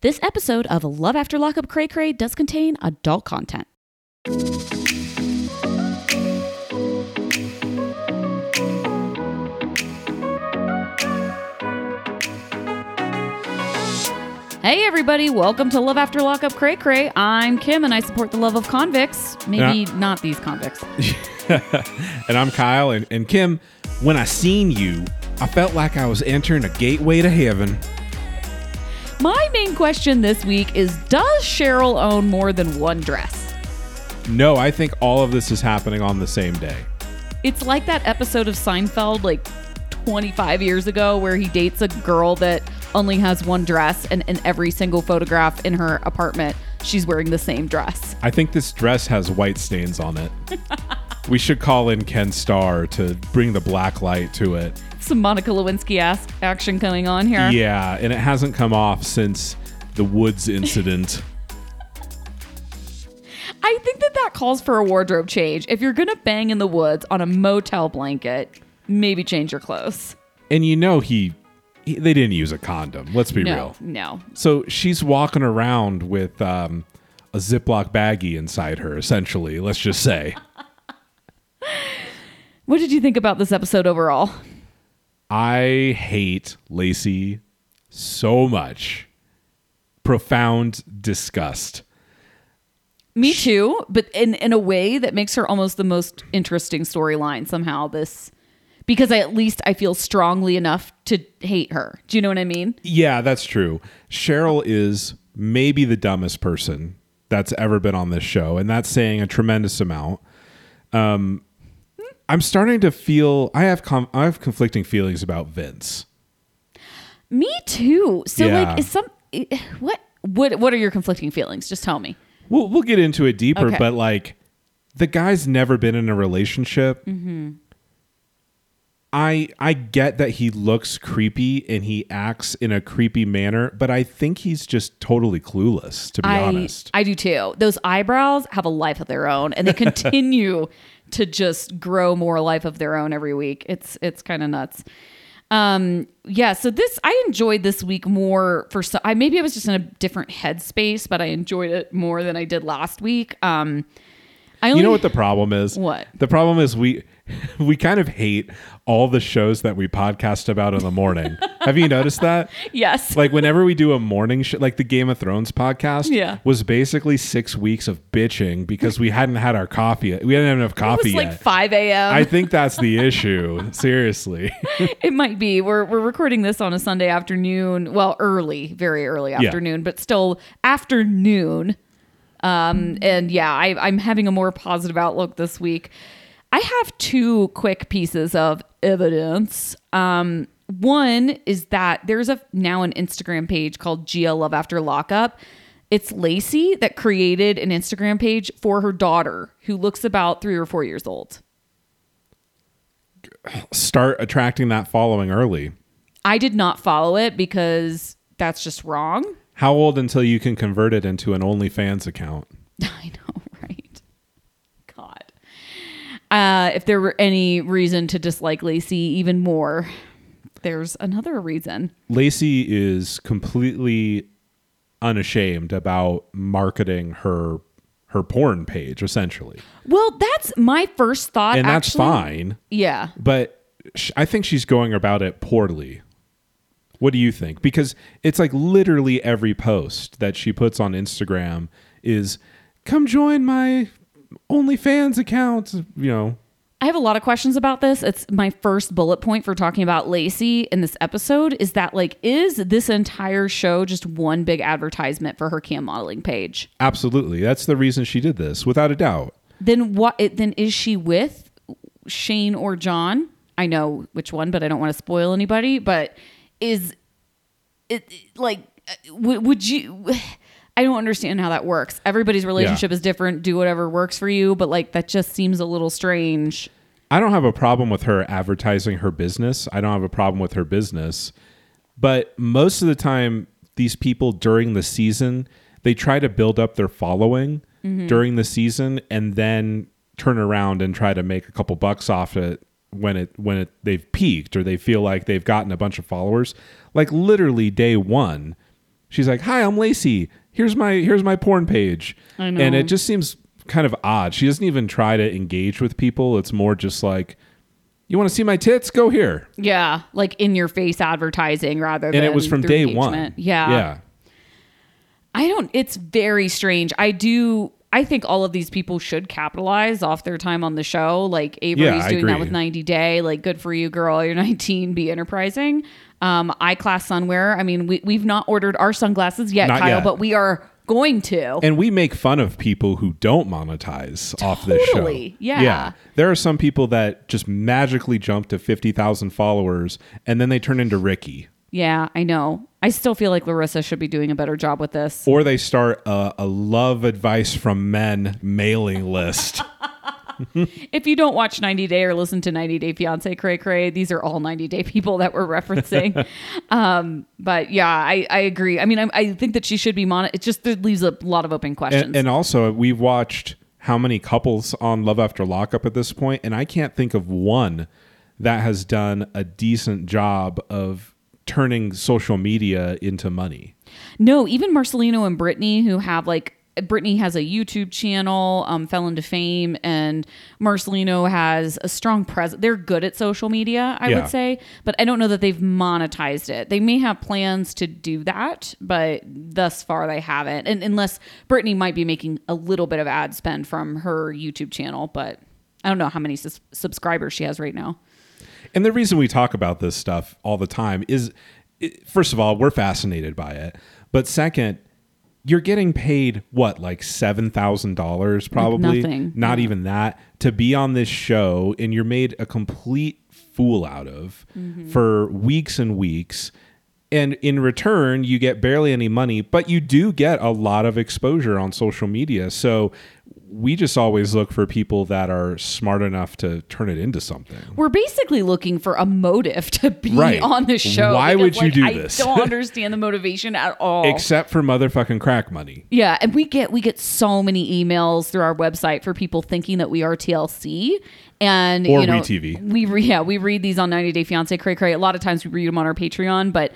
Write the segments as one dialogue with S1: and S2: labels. S1: This episode of Love After Lockup Cray Cray does contain adult content. Hey everybody, welcome to Love After Lockup Cray Cray. I'm Kim and I support the love of convicts. Maybe not these convicts.
S2: and I'm Kyle and, and Kim. When I seen you, I felt like I was entering a gateway to heaven.
S1: My main question this week is Does Cheryl own more than one dress?
S2: No, I think all of this is happening on the same day.
S1: It's like that episode of Seinfeld, like 25 years ago, where he dates a girl that only has one dress, and in every single photograph in her apartment, she's wearing the same dress.
S2: I think this dress has white stains on it. we should call in Ken Starr to bring the black light to it.
S1: Some Monica Lewinsky ass action going on here.
S2: Yeah, and it hasn't come off since the Woods incident.
S1: I think that that calls for a wardrobe change. If you're gonna bang in the woods on a motel blanket, maybe change your clothes.
S2: and you know he, he they didn't use a condom. Let's be
S1: No,
S2: real.
S1: no.
S2: So she's walking around with um, a Ziploc baggie inside her, essentially. Let's just say.
S1: What did you think about this episode overall?
S2: I hate Lacey so much. Profound disgust.
S1: Me too, but in in a way that makes her almost the most interesting storyline somehow this because I at least I feel strongly enough to hate her. Do you know what I mean?
S2: Yeah, that's true. Cheryl is maybe the dumbest person that's ever been on this show, and that's saying a tremendous amount. Um, I'm starting to feel I have com- I have conflicting feelings about Vince.
S1: Me too. So
S2: Yeah.
S1: like is some eh, what what what are your conflicting feelings? Just tell me.
S2: We'll we'll get into it deeper,
S1: Okay.
S2: but like the guy's never been in a relationship.
S1: Mm-hmm.
S2: I I get that he looks creepy and he acts in a creepy manner, but I think he's just totally clueless, to be
S1: I
S2: honest.
S1: I do too. Those eyebrows have a life of their own and they continue to just grow more life of their own every week. It's it's kind of nuts. Um yeah, so this I enjoyed this week more for so I maybe I was just in a different headspace, but I enjoyed it more than I did last week. Um I only
S2: you know what the problem is?
S1: What?
S2: The problem is we we kind of hate all the shows that we podcast about in the morning. have you noticed that?
S1: Yes.
S2: Like whenever we do a morning show, like the Game of Thrones podcast,
S1: Yeah.
S2: was basically six weeks of bitching because we hadn't had our coffee. We hadn't had enough
S1: it
S2: coffee
S1: was like
S2: yet.
S1: 5 a.m.
S2: I think that's the issue. Seriously,
S1: it might be. We're we're recording this on a Sunday afternoon. Well, early, very early afternoon, but still afternoon. Um, and yeah, I, I'm having a more positive outlook this week. I have two quick pieces of evidence. Um, one is that there's a now an Instagram page called Gia Love After Lockup. It's Lacey that created an Instagram page for her daughter, who looks about three or four years old.
S2: start attracting that following early.
S1: I did not follow it because that's just wrong.
S2: How old until you can convert it into an OnlyFans account?
S1: I know, right? God. Uh, if there were any reason to dislike Lacey even more, there's another reason.
S2: Lacey is completely unashamed about marketing her her porn page, essentially,
S1: Well, that's my first thought.
S2: and that's
S1: Uh, actually.
S2: fine.
S1: Yeah.
S2: But sh- I think she's going about it poorly. What do you think? Because it's like literally every post that she puts on Instagram is, "Come join my OnlyFans account." You know,
S1: I have a lot of questions about this. It's my first bullet point for talking about Lacey in this episode is that, like, is this entire show just one big advertisement for her cam modeling page?
S2: absolutely. That's the reason she did this, without a doubt.
S1: Then what? It, then is she with Shane or John? I know which one, but I don't want to spoil anybody. But is it like? uh, w- Would you? I don't understand how that works. Everybody's relationship is different. Do whatever works for you, but like that just seems a little strange.
S2: I don't have a problem with her advertising her business. I don't have a problem with her business. But most of the time, these people during the season, they try to build up their following
S1: Mm-hmm.
S2: during the season and then turn around and try to make a couple bucks off it when it when it they've peaked or they feel like they've gotten a bunch of followers. Like literally day one, she's like, "Hi, I'm Lacey. Here's my here's my porn page,"
S1: I know.
S2: and it just seems kind of odd. She doesn't even try to engage with people. It's more just like, "You want to see my tits? Go here."
S1: Yeah, like in your face advertising rather than
S2: And it was from
S1: through
S2: day one.
S1: engagement. Yeah.
S2: yeah.
S1: I don't it's very strange. I do I think all of these people should capitalize off their time on the show. Like Avery's
S2: Yeah, I
S1: doing that
S2: agree.
S1: with 90 Day. Like, good for you, girl. You're 19. Be enterprising. Um, I class sunwear. I mean, we, we've not ordered our sunglasses yet,
S2: Not
S1: Kyle,
S2: yet.
S1: but we are going to.
S2: And we make fun of people who don't monetize off this show.
S1: Totally, yeah.
S2: There are some people that just magically jump to 50,000 followers and then they turn into Ricky.
S1: yeah, I know. I still feel like Larissa should be doing a better job with this.
S2: Or they start a, a love advice from men mailing list.
S1: If you don't watch 90 Day or listen to 90 Day Fiance Cray Cray, these are all 90 Day people that we're referencing. um, but yeah, I, I agree. I mean, I, I think that she should be mon. It just it leaves a lot of open questions.
S2: and, and also, we've watched how many couples on Love After Lockup at this point, and I can't think of one that has done a decent job of turning social media into money.
S1: no, even Marcelino and Brittany, who have like Brittany has a YouTube channel, um, fell into fame, and Marcelino has a strong presence. They're good at social media, I
S2: Yeah.
S1: would say, but I don't know that they've monetized it. They may have plans to do that, but thus far they haven't. And unless Brittany might be making a little bit of ad spend from her YouTube channel, but I don't know how many sus- subscribers she has right now.
S2: And the reason we talk about this stuff all the time is it- first of all, we're fascinated by it. But second, you're getting paid what, like $7,000 probably?
S1: nothing.
S2: Not even that to be on this show and you're made a complete fool out of for weeks and weeks. And in return, you get barely any money, but you do get a lot of exposure on social media. So we just always look for people that are smart enough to turn it into something.
S1: we're basically looking for a motive to be
S2: Right.
S1: on the show.
S2: Why would you do
S1: I
S2: this?
S1: I don't understand the motivation at all.
S2: except for motherfucking crack money.
S1: yeah, and we get we get so many emails through our website for people thinking that we are TLC and
S2: Or
S1: you know,
S2: WeTV.
S1: We re- yeah we read these on 90 Day Fiance cray cray. A lot of times we read them on our Patreon, but.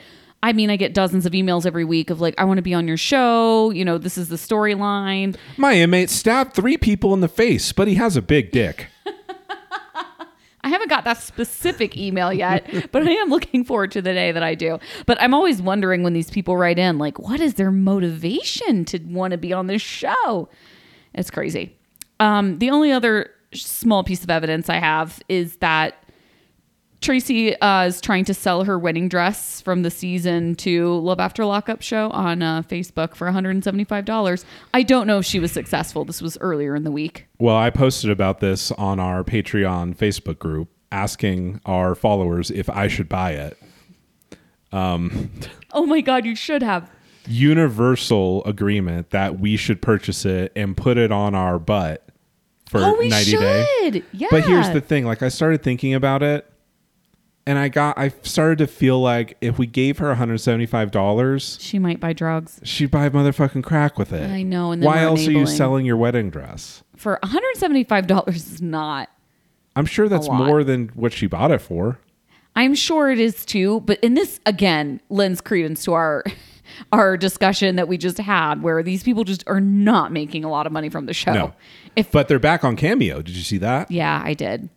S1: I mean, I get dozens of emails every week of like, I want to be on your show. You know, this is the storyline.
S2: My inmate stabbed three people in the face, but he has a big dick.
S1: I haven't got that specific email yet, but I am looking forward to the day that I do. But I'm always wondering when these people write in, like, what is their motivation to want to be on this show? It's crazy. Um, the only other small piece of evidence I have is that Tracy uh, is trying to sell her wedding dress from the season two Love After Lockup show on uh, Facebook for $175. I don't know if she was successful. This was earlier in the week.
S2: Well, I posted about this on our Patreon Facebook group, asking our followers if I should buy it.
S1: Oh my God, you should have.
S2: Universal agreement that we should purchase it and put it on our butt for
S1: Oh, we
S2: 90 day.
S1: should. Yeah.
S2: But here's the thing, like I started thinking about it and I got I started to feel like if we gave her $175,
S1: She might buy drugs
S2: she'd buy motherfucking crack with it.
S1: I know, and then
S2: why
S1: we're
S2: else are you
S1: enabling.
S2: selling your wedding dress?
S1: for $175 is not.
S2: I'm sure that's
S1: lot.
S2: more than what she bought it for.
S1: I'm sure it is too, but in this again lends credence to our our discussion that we just had where these people just are not making a lot of money from the show.
S2: No.
S1: If
S2: But they're back on Cameo. Did you see that?
S1: yeah, I did.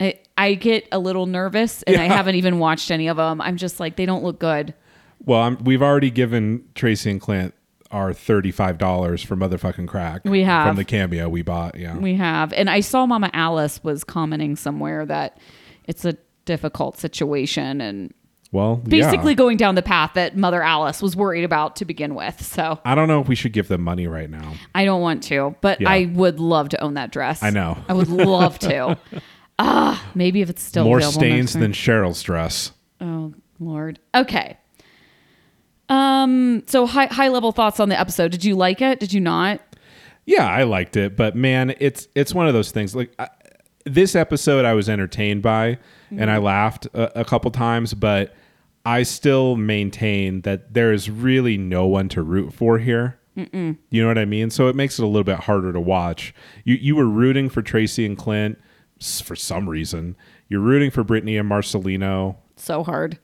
S1: I, I get a little nervous and I haven't even watched any of them. I'm just like they don't look good.
S2: Well, I'm, we've already given Tracy and Clint our $35 for motherfucking crack.
S1: We have. Mm.
S2: From the Cameo we bought. Yeah.
S1: We have. And I saw Mama Alice was commenting somewhere that it's a difficult situation and
S2: well,
S1: basically
S2: yeah.
S1: going down the path that Mother Alice was worried about to begin with. So
S2: I don't know if we should give them money right now.
S1: I don't want to, but
S2: Yeah.
S1: I would love to own that dress.
S2: I know.
S1: I would love to. Ah, maybe if it's still
S2: More
S1: available
S2: stains
S1: next
S2: than Cheryl's dress.
S1: time. Oh Lord. Okay. Um, so high high level thoughts on the episode. Did you like it? Did you not?
S2: Yeah, I liked it, but man, it's it's one of those things. Like I, this episode, I was entertained by, and
S1: Mm-hmm.
S2: I laughed a, a couple times, but I still maintain that there is really no one to root for here. You know what I mean? So it makes it a little bit harder to watch. You you were rooting for Tracy and Clint s- for some reason. You're rooting for Brittany and Marcelino.
S1: So hard.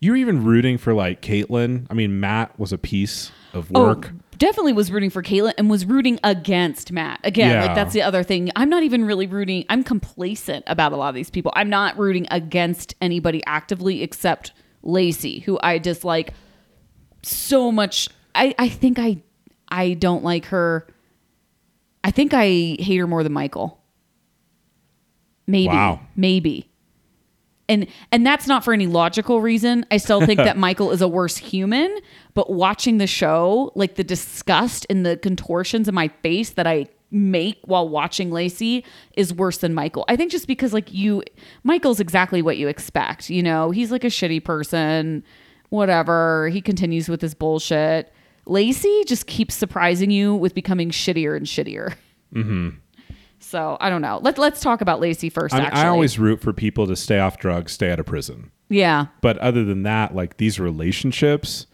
S2: You're even rooting for like Caitlin. I mean, Matt was a piece of work.
S1: Oh, definitely was rooting for Caitlin and was rooting against Matt. Again,
S2: Yeah.
S1: like that's the other thing. I'm not even really rooting. I'm complacent about a lot of these people. I'm not rooting against anybody actively except Lacey, who I dislike so much. I, I think I I don't like her. I think I hate her more than Michael. Maybe.
S2: Wow.
S1: Maybe. And and that's not for any logical reason. I still think that Michael is a worse human, but watching the show, like the disgust and the contortions in my face that I make while watching Lacey is worse than Michael. I think just because like you Michael's exactly what you expect, you know. He's like a shitty person, whatever. He continues with his bullshit. Lacey just keeps surprising you with becoming shittier and shittier. So I don't know. Let let's talk about Lacey first.
S2: Mm-hmm. I, mean,
S1: actually,
S2: I always root for people to stay off drugs, stay out of prison.
S1: yeah.
S2: But other than that, like these relationships,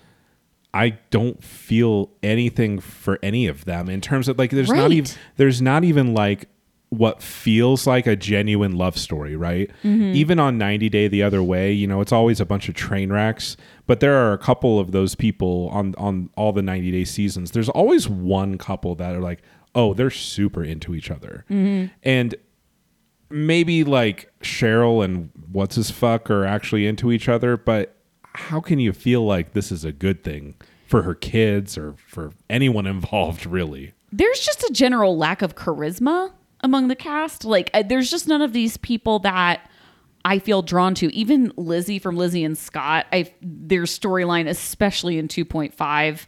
S2: I don't feel anything for any of them in terms of like there's not
S1: Right.
S2: even there's not even like what feels like a genuine love story, right? Even on 90 Day the other way, you know, it's always a bunch of train wrecks, but there are a couple of those people on on all the 90 Day seasons. There's always one couple that are like, "Oh, they're super into each other." And maybe like Cheryl and what's his fuck are actually into each other, but how can you feel like this is a good thing for her kids or for anyone involved, really?
S1: There's just a general lack of charisma among the cast. Like uh, there's just none of these people that I feel drawn to. Even Lizzie from Lizzie and Scott, I their storyline, especially in 2.5,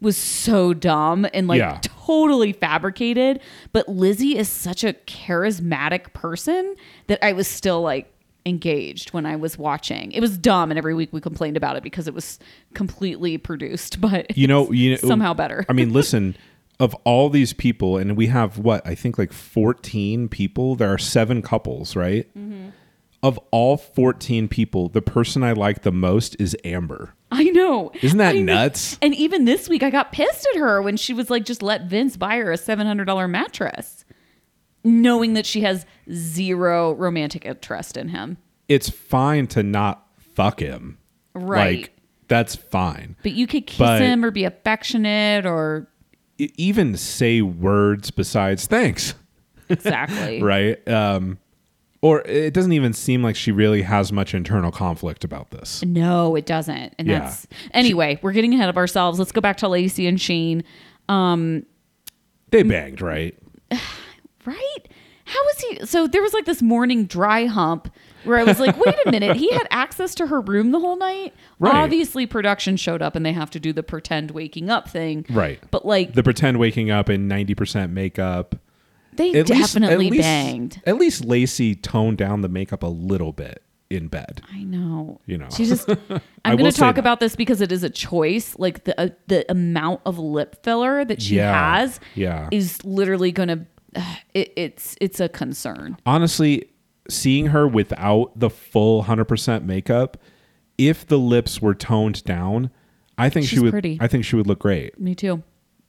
S1: was so dumb and like
S2: Yeah.
S1: totally fabricated. But Lizzie is such a charismatic person that I was still like engaged when I was watching. It was dumb, and every week we complained about it because it was completely produced. But
S2: You know, you know,
S1: somehow better.
S2: I mean, listen, of all these people, and we have what I think like 14 people, there are seven couples, right?
S1: Mm-hmm.
S2: Of all 14 people, the person I like the most is Amber.
S1: I know.
S2: Isn't that
S1: I know.
S2: nuts?
S1: And even this week, I got pissed at her when she was like, just let Vince buy her a $700 mattress, knowing that she has zero romantic interest in him.
S2: It's fine to not fuck him.
S1: Right.
S2: Like, that's fine.
S1: But you could kiss
S2: But-
S1: him or be affectionate or
S2: e- even say words besides thanks,
S1: exactly.
S2: right? Um, or it doesn't even seem like she really has much internal conflict about this.
S1: No, it doesn't. And
S2: Yeah.
S1: that's anyway, we're getting ahead of ourselves. Let's go back to Lacey and Sheen.
S2: They
S1: Mm-hmm.
S2: banged, right?
S1: right? How was he? So there was like this morning dry hump where I was like, wait a minute, he had access to her room the whole night.
S2: Right.
S1: Obviously, production showed up and they have to do the pretend waking up thing.
S2: Right.
S1: But like,
S2: The pretend waking up in 90% makeup.
S1: they
S2: At least- at
S1: definitely
S2: least-
S1: banged.
S2: At least Lacey toned down the makeup a little bit in bed.
S1: I know.
S2: You know.
S1: She just.
S2: I
S1: I'm
S2: will
S1: going to
S2: say
S1: talk
S2: that.
S1: about this because it is a choice. Like the uh, the amount of lip filler that she
S2: Yeah.
S1: has
S2: Yeah.
S1: is literally going to. It, it's it's a concern.
S2: honestly, seeing her without the full 100% makeup, if the lips were toned down, I think she
S1: She's
S2: would
S1: pretty.
S2: I think she would look great.
S1: Me too.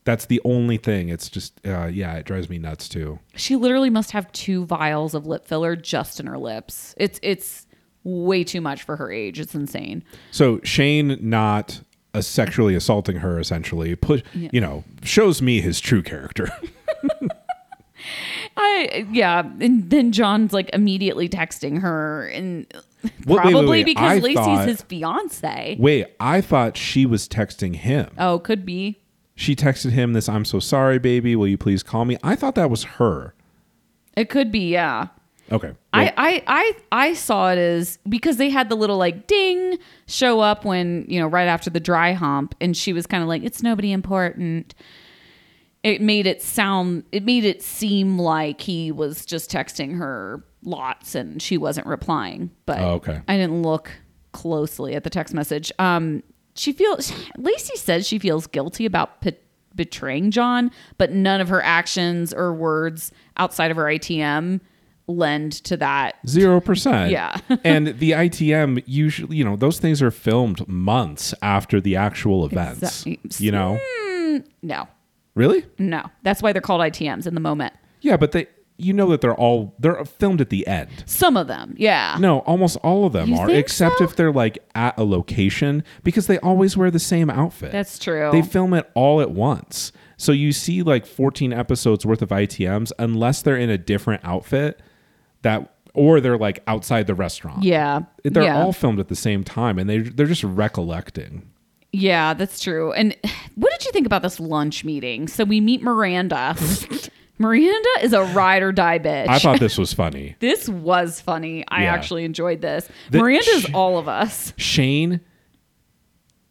S2: That's the only thing. It's just uh, yeah, it drives me nuts too.
S1: She literally must have two vials of lip filler just in her lips. It's it's way too much for her age. It's insane.
S2: So Shane not uh, sexually assaulting her essentially push you know shows me his true character.
S1: I yeah, and then John's like immediately texting her and
S2: Wait, wait, wait,
S1: probably
S2: wait.
S1: because
S2: I
S1: Lacey's
S2: thought-
S1: his fiance.
S2: Wait, I thought she was texting him.
S1: Oh, could be.
S2: She texted him this "I'm so sorry, baby. Will you please call me?" I thought that was her.
S1: It could be, yeah.
S2: Okay, well,
S1: I, I I I saw it as because they had the little like ding show up when you know right after the dry hump, and she was kind of like it's nobody important. It made it sound it made it seem like he was just texting her lots and she wasn't replying. But
S2: Oh, okay.
S1: I didn't look closely at the text message. Um, she feels Lacey says she feels guilty about pe- betraying John, but none of her actions or words outside of her ITM lend to that.
S2: Zero percent.
S1: Yeah.
S2: and the ITM usually, you know, those things are filmed months after the actual events.
S1: Exactly.
S2: You know,
S1: No,
S2: really?
S1: no. That's why they're called ITMs in the moment.
S2: Yeah, but they, you know, that they're all they're filmed at the end.
S1: Some of them, yeah.
S2: No, almost all of them
S1: You
S2: are,
S1: think
S2: except
S1: so?
S2: if they're like at a location because they always wear the same outfit.
S1: That's true.
S2: They film it all at once. So you see like 14 episodes worth of ITMs unless they're in a different outfit that or they're like outside the restaurant.
S1: Yeah.
S2: They're
S1: yeah.
S2: all filmed at the same time and they they're just recollecting.
S1: Yeah, that's true. And what did you think about this lunch meeting? So we meet Miranda. Miranda is a ride or die bitch.
S2: I thought this was funny.
S1: this was funny. I
S2: Yeah.
S1: actually enjoyed this.
S2: The-
S1: Miranda's all of us.
S2: Shane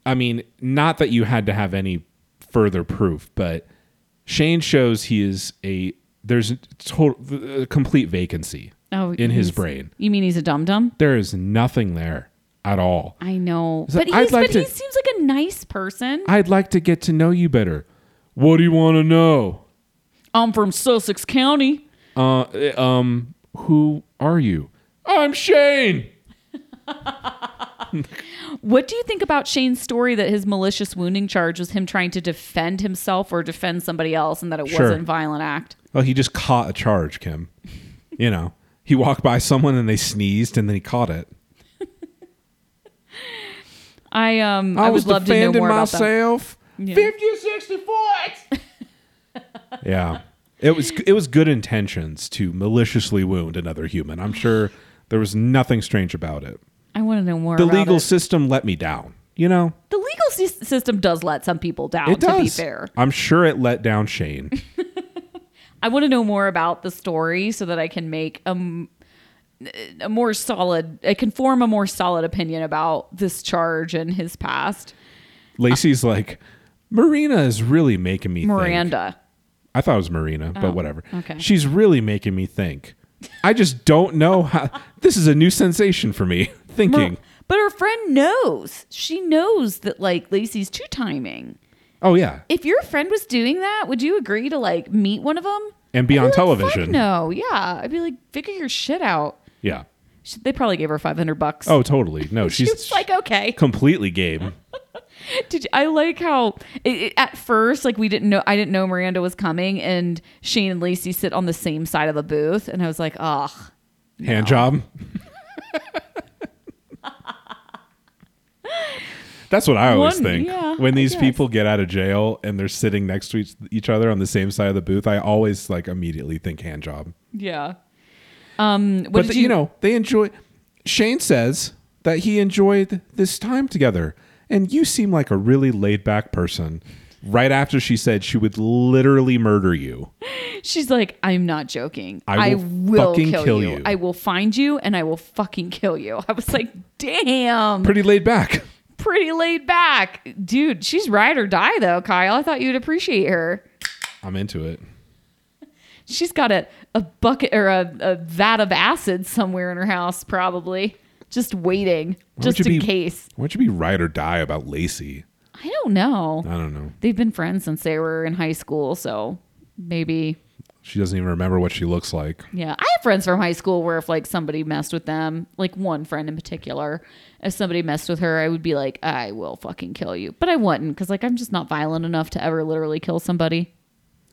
S2: I mean, not that you had to have any further proof, but Shane shows he is a there's total a complete vacancy in his
S1: Oh, he's-
S2: brain.
S1: You mean he's a dum dum?
S2: There is nothing there at all.
S1: I know,
S2: So
S1: but
S2: I'd
S1: he's
S2: like
S1: but
S2: to-
S1: he seems like a nice person.
S2: I'd like to get to know you better. What do you want to know?
S1: I'm from Sussex County.
S2: Uh, eh, um, who are you? I'm Shane.
S1: What do you think about Shane's story that his malicious wounding charge was him trying to defend himself or defend somebody else, and that it
S2: Sure.
S1: wasn't a violent act?
S2: Well, he just caught a charge, Kim. You know, he walked by someone and they sneezed, and then he caught it.
S1: I um I, would love to know more about that.
S2: myself. Fifty or sixty foot. yeah, it was it was good intentions to maliciously wound another human. I'm sure there was nothing strange about it.
S1: I want to know more.
S2: The
S1: about
S2: legal
S1: it.
S2: system let me down. You know,
S1: the legal sys- system does let some people down.
S2: it does.
S1: To be fair,
S2: I'm sure it let down Shane.
S1: I want to know more about the story so that I can make a, m- a more solid, I can form a more solid opinion about this charge and his past.
S2: Lacey's like, Marina is really making me think.
S1: Miranda. Oh,
S2: I thought it was Marina, but whatever.
S1: okay.
S2: She's really making me think. I just don't know how. This is a new sensation for me.
S1: Mer-
S2: Thinking.
S1: but her friend knows. She knows that like Lacey's two timing.
S2: oh, yeah.
S1: If your friend was doing that, would you agree to like meet one of them
S2: And be on television.
S1: no, yeah, I'd be like, figure your shit out.
S2: Yeah.
S1: She, they probably gave her five hundred bucks.
S2: Oh, totally. No,
S1: she's
S2: she's
S1: like, okay.
S2: completely game.
S1: Did you, I like how it, it- at first, like we didn't know, I didn't know Miranda was coming, and Shane and Lacey sit on the same side of the booth, and I was like, ugh.
S2: Hand job. That's what I always
S1: One-
S2: think.
S1: yeah,
S2: when
S1: I
S2: these
S1: guess.
S2: people get out of jail and they're sitting next to each, each other on the same side of the booth, I always like immediately think hand job.
S1: Yeah. Um. What
S2: but
S1: did
S2: the- you, know they enjoy shane says that he enjoyed this time together and you seem like a really laid back person right after she said she would literally murder you
S1: She's like, I'm not joking.
S2: I
S1: I
S2: will
S1: will,
S2: fucking
S1: kill,
S2: kill
S1: you.
S2: you."
S1: I will find you, and I will fucking kill you. I was like, damn,
S2: pretty laid back
S1: pretty laid back, dude. She's ride or die though, Kyle. I thought you'd appreciate her.
S2: i'm into it
S1: She's got a, a bucket or a, a vat of acid somewhere in her house, probably just waiting,
S2: Why would
S1: just
S2: you
S1: in
S2: be-
S1: case.
S2: why don't you be ride or die about lacey
S1: I don't know.
S2: i don't know
S1: They've been friends since they were in high school, so maybe.
S2: she doesn't even remember what she looks like
S1: Yeah, I have friends from high school where if like somebody messed with them, like one friend in particular, if somebody messed with her, I would be like, I will fucking kill you, but I wouldn't because like I'm just not violent enough to ever literally kill somebody.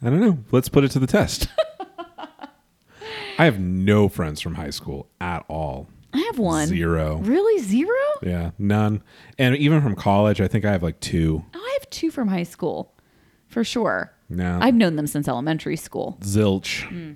S2: i don't know let's put it to the test i have no friends from high school at all
S1: I have one.
S2: zero
S1: Really zero?
S2: yeah none and even from college i think i have like two
S1: Oh, I have two from high school, for sure.
S2: No.
S1: I've known them since elementary school.
S2: zilch
S1: Mm.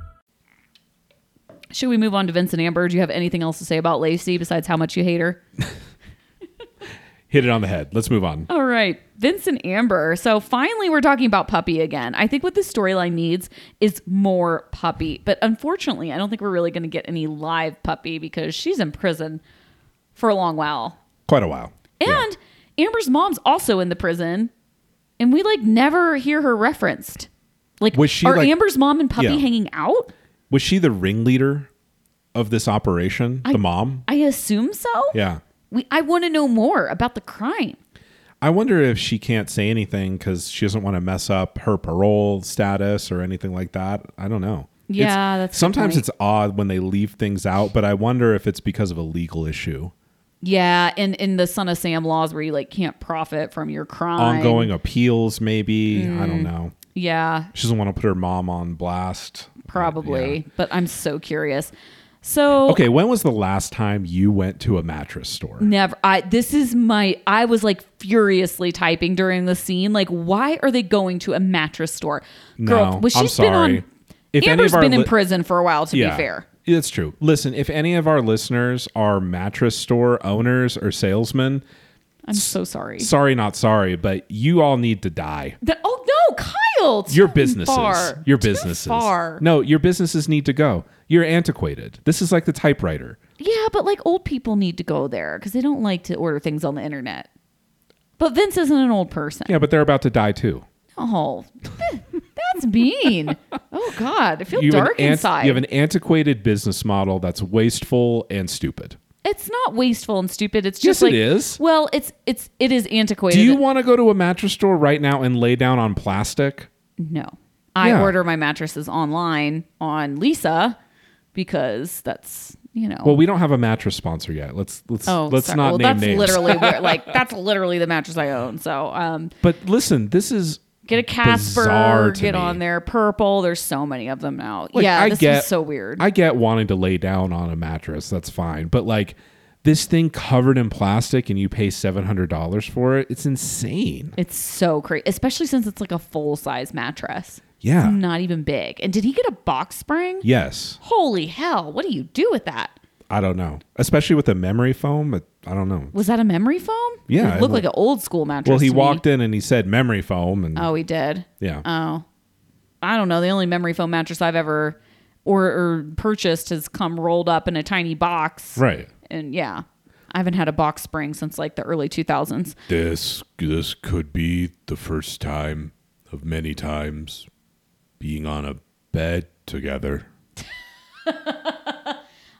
S1: Should we move on to Vincent Amber? Do you have anything else to say about Lacey besides how much you hate her?
S2: Hit it on the head. Let's move on.
S1: All right, Vince and Amber. So finally, we're talking about Puppy again. I think what this storyline needs is more Puppy, but unfortunately, I don't think we're really going to get any live Puppy because she's in prison for a long while,
S2: Quite a while. Yeah.
S1: and Amber's mom's also in the prison, and we like never hear her referenced. Like,
S2: Was she,
S1: are
S2: like-
S1: Amber's mom and Puppy
S2: Yeah.
S1: hanging out?
S2: Was she the ringleader of this operation? the mom?
S1: I assume so.
S2: Yeah.
S1: We, I want to know more about the crime.
S2: I wonder if she can't say anything because she doesn't want to mess up her parole status or anything like that. I don't know. It's-
S1: Yeah, that's a good
S2: sometimes
S1: point.
S2: it's odd when they leave things out, but I wonder if it's because of a legal issue,
S1: Yeah, and in the Son of Sam laws where you like can't profit from your crime.
S2: ongoing appeals, maybe. I
S1: Mm.
S2: don't know.
S1: Yeah,
S2: She doesn't want to put her mom on blast.
S1: probably.
S2: Yeah.
S1: But I'm so curious. So
S2: Okay, when was the last time you went to a mattress store?
S1: never I this is my I was like furiously typing during the scene. Like, why are they going to a mattress store?
S2: No,
S1: well,
S2: I'm
S1: she's been
S2: sorry.
S1: on
S2: If any
S1: Amber's
S2: of our
S1: been in
S2: li-
S1: prison for a while, to be fair.
S2: It's true. Listen, if any of our listeners are mattress store owners or salesmen,
S1: I'm so sorry.
S2: sorry, not sorry, but you all need to die.
S1: That- oh no, Kyle!
S2: Your
S1: too
S2: businesses.
S1: far,
S2: Your
S1: too
S2: businesses.
S1: far.
S2: No, your businesses need to go. You're antiquated. This is like the typewriter.
S1: Yeah, but like old people need to go there because they don't like to order things on the internet. But Vince isn't an old person.
S2: Yeah, but they're about to die too.
S1: Oh, that's mean. oh God, I feel
S2: have an
S1: dark
S2: ant-
S1: inside.
S2: you have an antiquated business model that's wasteful and stupid.
S1: it's not wasteful and stupid. It's
S2: Yes,
S1: just like
S2: it is.
S1: Well, it's it's it is antiquated.
S2: Do you want to go to a mattress store right now and lay down on plastic?
S1: no, I
S2: Yeah.
S1: order my mattresses online on Lisa because that's you know.
S2: Well, we don't have a mattress sponsor yet. Let's let's
S1: Oh,
S2: let's
S1: sorry.
S2: not
S1: well,
S2: name
S1: that's
S2: names.
S1: literally where, like that's literally the mattress I own. So, um,
S2: But listen, this is
S1: Get a Casper,
S2: bizarre to
S1: get
S2: me.
S1: on there. Purple, there's so many of them now.
S2: Like,
S1: yeah,
S2: I
S1: this
S2: get
S1: is so weird.
S2: I get wanting to lay down on a mattress. That's fine. But like this thing covered in plastic and you pay seven hundred dollars for it. It's insane.
S1: it's so crazy, especially since it's like a full size mattress.
S2: Yeah.
S1: It's not even big. And did he get a box spring?
S2: Yes,
S1: Holy hell, what do you do with that?
S2: I don't know. Especially with the memory foam, but I don't know.
S1: Was that a memory foam?
S2: Yeah,
S1: It looked
S2: it
S1: like an old school mattress.
S2: Well, he
S1: to me.
S2: walked in and he said memory foam, and
S1: Oh, he did.
S2: yeah,
S1: Oh. I don't know. The only memory foam mattress I've ever or, or purchased has come rolled up in a tiny box.
S2: right.
S1: And yeah. I haven't had a box spring since like the early 2000s.
S3: This this could be the first time of many times being on a bed together.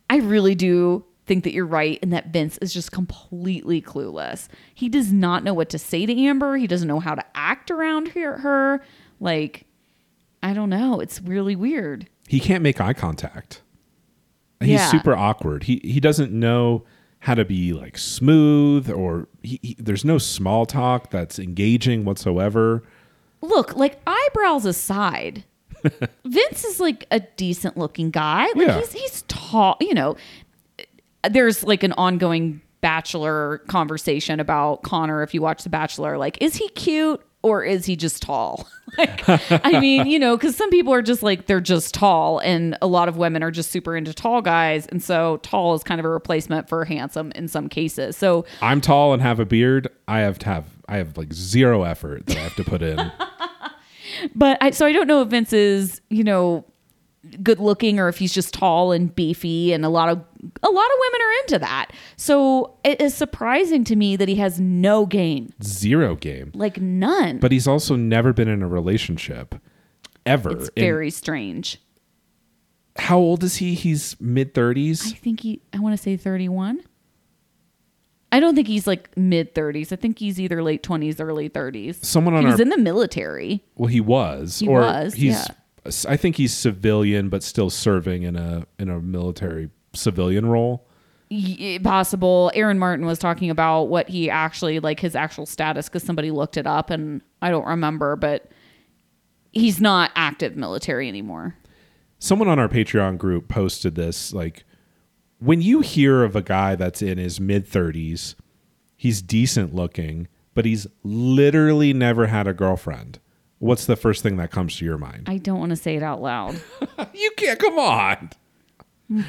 S1: I really do think that you're right and that Vince is just completely clueless. He does not know what to say to Amber. He doesn't know how to act around her. her. Like, I don't know. It's really weird.
S2: he can't make eye contact. He's
S1: Yeah.
S2: super awkward. He he doesn't know how to be like smooth or he, he, there's no small talk that's engaging whatsoever.
S1: Look, like eyebrows aside, Vince is like a decent looking guy. Like
S2: Yeah.
S1: he's he's tall, you know. There's like an ongoing bachelor conversation about Connor if you watch The Bachelor, like is he cute or is he just tall? like I mean, you know, cuz some people are just like they're just tall and a lot of women are just super into tall guys and so tall is kind of a replacement for handsome in some cases. So
S2: I'm tall and have a beard. I have to have I have like zero effort that I have to put in.
S1: But I so I don't know if Vince is, you know, good looking or if he's just tall and beefy and a lot of a lot of women are into that. So it is surprising to me that he has no game.
S2: zero game.
S1: Like none.
S2: But he's also never been in a relationship ever.
S1: it's
S2: And
S1: very strange.
S2: how old is he? He's mid
S1: I
S2: 30s.
S1: think he I want to say 31. I don't think he's like mid 30s. I think he's either late 20s early 30s.
S2: Someone on
S1: he was
S2: our-
S1: in the military.
S2: Well, he was
S1: He
S2: or
S1: was,
S2: he's I think he's civilian but still serving in a in a military civilian role.
S1: y- possible. Aaron Martin was talking about what he actually like his actual status because somebody looked it up and I don't remember, but he's not active military anymore.
S2: someone on our Patreon group posted this like when you hear of a guy that's in his mid 30s, he's decent looking, but he's literally never had a girlfriend. What's the first thing that comes to your mind?
S1: I don't want to say it out loud.
S2: you can't come on.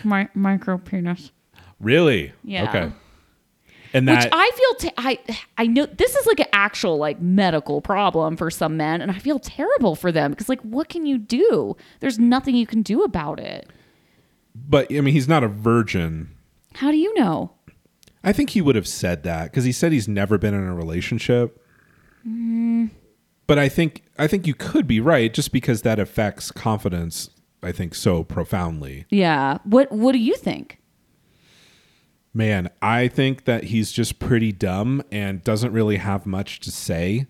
S1: My micro penis.
S2: Really?
S1: Yeah.
S2: Okay. And
S1: Which
S2: that-
S1: I feel te- I I know this is like an actual like medical problem for some men and I feel terrible for them because like what can you do? There's nothing you can do about it.
S2: But I mean, he's not a virgin.
S1: How do you know?
S2: I think he would have said that because he said he's never been in a relationship. But I think I think you could be right, just because that affects confidence. I think so profoundly.
S1: Yeah. What what do you think?
S2: Man, I think that he's just pretty dumb and doesn't really have much to say,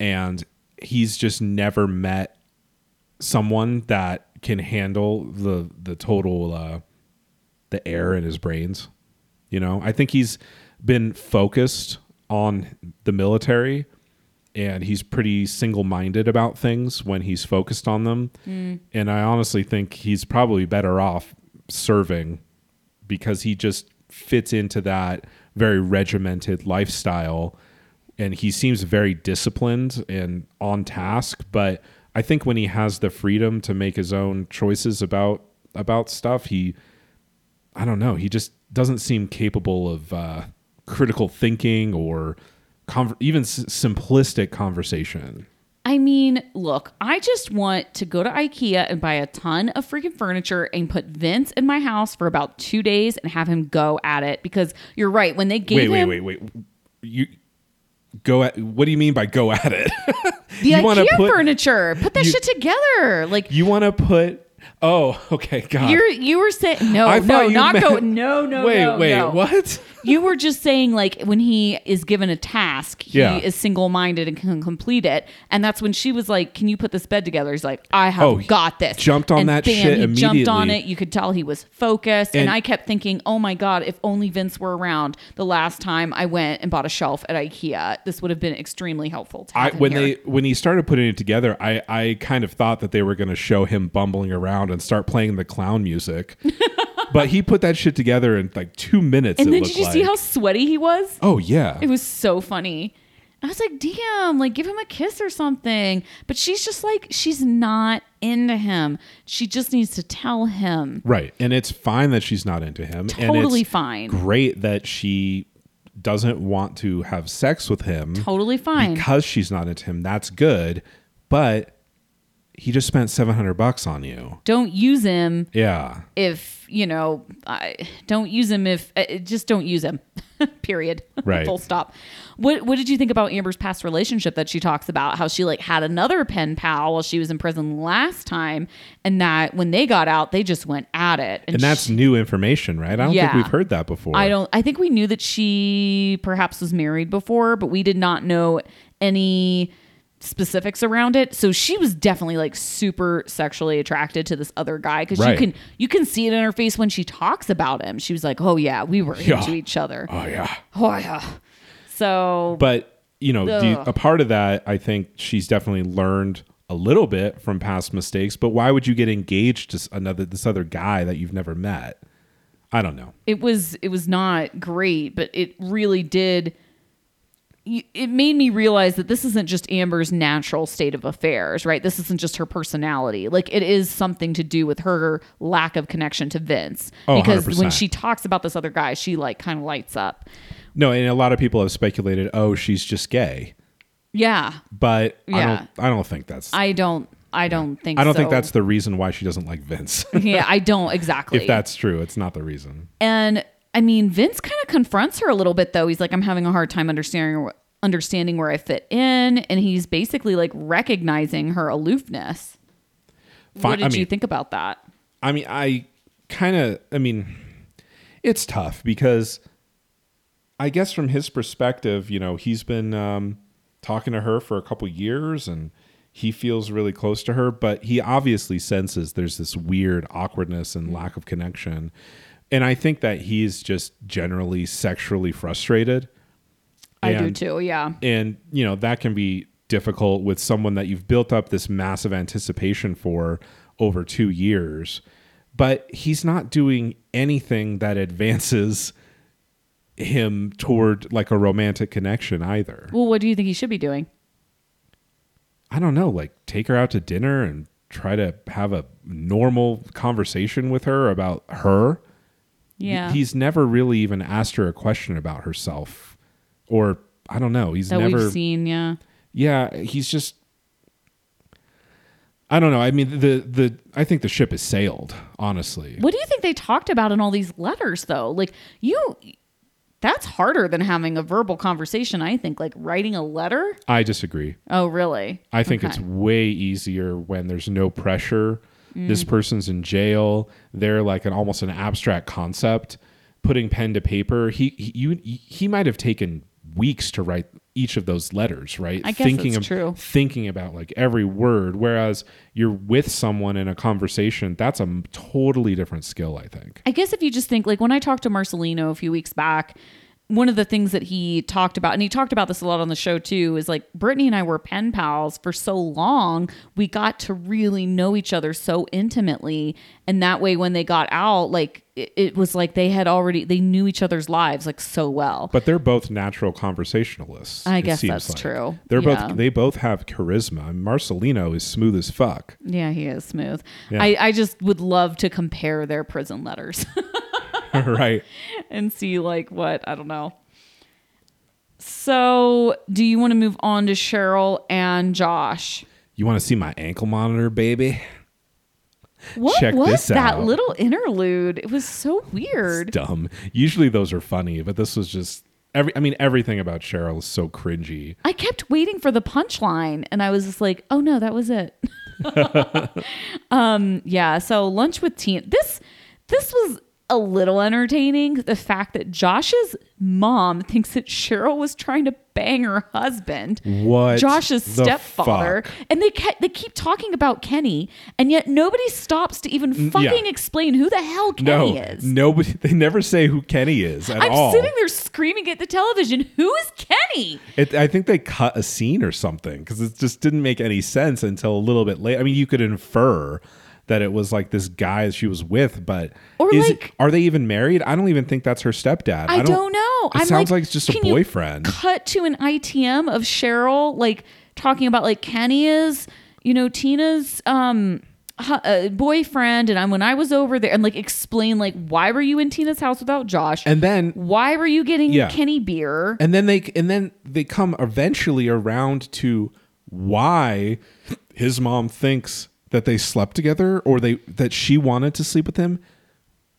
S2: and he's just never met someone that can handle the the total uh, the air in his brains. You know, I think he's been focused on the military and he's pretty single minded about things when he's focused on them. And I honestly think he's probably better off serving because he just fits into that very regimented lifestyle. And he seems very disciplined and on task. But I think when he has the freedom to make his own choices about about stuff, he I don't know. He just doesn't seem capable of uh, critical thinking or conver- even s- simplistic conversation.
S1: I mean, look, I just want to go to IKEA and buy a ton of freaking furniture and put Vince in my house for about two days and have him go at it because you're right. When they gave
S2: Wait, wait,
S1: him
S2: wait, wait. You go at what do you mean by go at it?
S1: the
S2: you wanna
S1: IKEA
S2: put-
S1: furniture, put that
S2: you-
S1: shit together. Like
S2: You want to put Oh, okay, God.
S1: You're you were saying no,
S2: I thought
S1: no,
S2: you
S1: not
S2: meant-
S1: go. No, no,
S2: Wait,
S1: no,
S2: wait,
S1: no.
S2: what?
S1: You were just saying like when he is given a task, he
S2: Yeah.
S1: is single minded and can complete it. And that's when she was like, "Can you put this bed together?" He's like, "I have
S2: Oh, he
S1: got this."
S2: jumped on
S1: And
S2: that
S1: bam,
S2: shit
S1: he Jumped on
S2: immediately.
S1: it. You could tell he was focused. And,
S2: And-
S1: I kept thinking, "Oh my god, if only Vince were around." The last time I went and bought a shelf at IKEA, this would have been extremely helpful. To
S2: I,
S1: have him
S2: when
S1: here.
S2: they when he started putting it together, I I kind of thought that they were going to show him bumbling around and start playing the clown music, but he put that shit together in like two minutes. it
S1: and then
S2: looked
S1: did you
S2: like.
S1: see how sweaty he was?
S2: Oh yeah,
S1: It was so funny. I was like, damn, like give him a kiss or something. But she's just like, she's not into him. She just needs to tell him.
S2: Right. And it's fine that she's not into him. and
S1: Totally
S2: it's
S1: fine.
S2: Great that she doesn't want to have sex with him
S1: Totally fine.
S2: because she's not into him. That's good. But he just spent 700 bucks on you.
S1: don't use him
S2: Yeah.
S1: if, you know, I, don't use him if, uh, just don't use him. Period.
S2: Right.
S1: Full stop. What What did you think about Amber's past relationship that she talks about? How she like had another pen pal while she was in prison last time, and that when they got out, they just went at it.
S2: And that's
S1: she-
S2: new information, right? I don't
S1: Yeah.
S2: think we've heard that before.
S1: I don't. I think we knew that she perhaps was married before, but we did not know any specifics around it. So she was definitely like super sexually attracted to this other guy because you
S2: Right.
S1: can you can see it in her face when she talks about him. She was like, "Oh yeah, we were
S2: Yeah.
S1: into each other."
S2: Oh, yeah.
S1: Oh yeah. So
S2: But, you know, the,
S1: Ugh.
S2: a part of that, I think she's definitely learned a little bit from past mistakes. But why would you get engaged to s- another, this other guy that you've never met? I don't know.
S1: it was it was not great, but it really did. y- It made me realize that this isn't just Amber's natural state of affairs, right? This isn't just her personality. Like it is something to do with her lack of connection to Vince.
S2: Oh,
S1: because when
S2: 100%.
S1: she talks about this other guy, she like kind of lights up.
S2: No, and a lot of people have speculated, oh, she's just gay.
S1: Yeah,
S2: But I
S1: Yeah.
S2: don't I don't think that's I,
S1: I don't. I don't think.
S2: don't think
S1: so.
S2: that's the reason why she doesn't like Vince.
S1: yeah, I don't exactly.
S2: if that's true, it's not the reason.
S1: And I mean, Vince kind of confronts her a little bit though. He's like, "I'm having a hard time understanding understanding where I fit in," and he's basically like recognizing her aloofness.
S2: Fi-
S1: what did
S2: I mean,
S1: you think about that?
S2: I mean, I kind of I mean, it's tough because I guess from his perspective, you know, he's been um, talking to her for a couple years and he feels really close to her, but he obviously senses there's this weird awkwardness and lack of connection. And I think that he's just generally sexually frustrated.
S1: I do
S2: And-
S1: too. Yeah,
S2: and you know that can be difficult with someone that you've built up this massive anticipation for over two years but he's not doing anything that advances him toward like a romantic connection either
S1: Well, what do you think he should be doing?
S2: i don't know like take her out to dinner and try to have a normal conversation with her about her
S1: Yeah.
S2: he's never really even asked her a question about herself, or I don't know. He's
S1: that
S2: never
S1: we've seen. Yeah.
S2: yeah he's just i don't know i mean the the i think the ship has sailed honestly
S1: What do you think they talked about in all these letters, though? Like, you, that's harder than having a verbal conversation, I think. Like, writing a letter?
S2: i disagree
S1: Oh, really?
S2: i think
S1: Okay.
S2: it's way easier when there's no pressure
S1: Mm.
S2: this person's in jail they're like an almost an abstract concept putting pen to paper he, he you he might have taken weeks to write each of those letters right
S1: I guess
S2: thinking
S1: that's
S2: ab-
S1: true.
S2: thinking about like every word whereas you're with someone in a conversation that's a m- totally different skill i think
S1: I guess if you just think, like, when I talked to Marcelino a few weeks back, one of the things that he talked about, and he talked about this a lot on the show too, is like Brittany and I were pen pals for so long, we got to really know each other so intimately. And that way, when they got out, like, it, it was like they had already, they knew each other's lives like so well.
S2: But they're both natural conversationalists.
S1: I
S2: it
S1: guess
S2: seems
S1: that's
S2: like.
S1: true.
S2: They're
S1: Yeah.
S2: both they both have charisma. Marcelino is smooth as fuck.
S1: Yeah, he is smooth.
S2: Yeah.
S1: I, I just would love to compare their prison letters
S2: right.
S1: and see like what I don't know. So do you want to move on to Cheryl and Josh?
S2: You want to see my ankle monitor, baby?
S1: What
S2: Check
S1: was
S2: this
S1: that
S2: out.
S1: little interlude? It was so weird.
S2: Dumb. Usually those are funny, but this was just every I mean everything about Cheryl is so cringy.
S1: I kept waiting for the punchline and I was just like, oh no, that was it. um, yeah, so lunch with teen this this was a little entertaining. The fact that Josh's mom thinks that Cheryl was trying to bang her husband.
S2: What
S1: Josh's
S2: the
S1: stepfather.
S2: fuck?
S1: And they ca- they keep talking about Kenny, and yet nobody stops to even fucking explain who the hell Kenny
S2: no.
S1: is.
S2: Nobody they never say who Kenny is at
S1: I'm
S2: all.
S1: sitting there screaming at the television, who is Kenny?
S2: It, I think they cut a scene or something because it just didn't make any sense until a little bit late. I mean, you could infer that it was like this guy she was with, but
S1: Or
S2: is
S1: like-
S2: it, are they even married? I don't even think that's her stepdad.
S1: I, don't, know.
S2: It sounds like, it's just a
S1: can you
S2: boyfriend.
S1: Cut to an ITM of Cheryl, like talking about like Kenny is, you know, Tina's um hu- uh, boyfriend, and I'm when I was over there, and like explain like why were you in Tina's house without Josh,
S2: and then
S1: why were you getting
S2: Yeah.
S1: Kenny beer?
S2: and then they and then they come eventually around to why his mom thinks that they slept together or they that she wanted to sleep with him.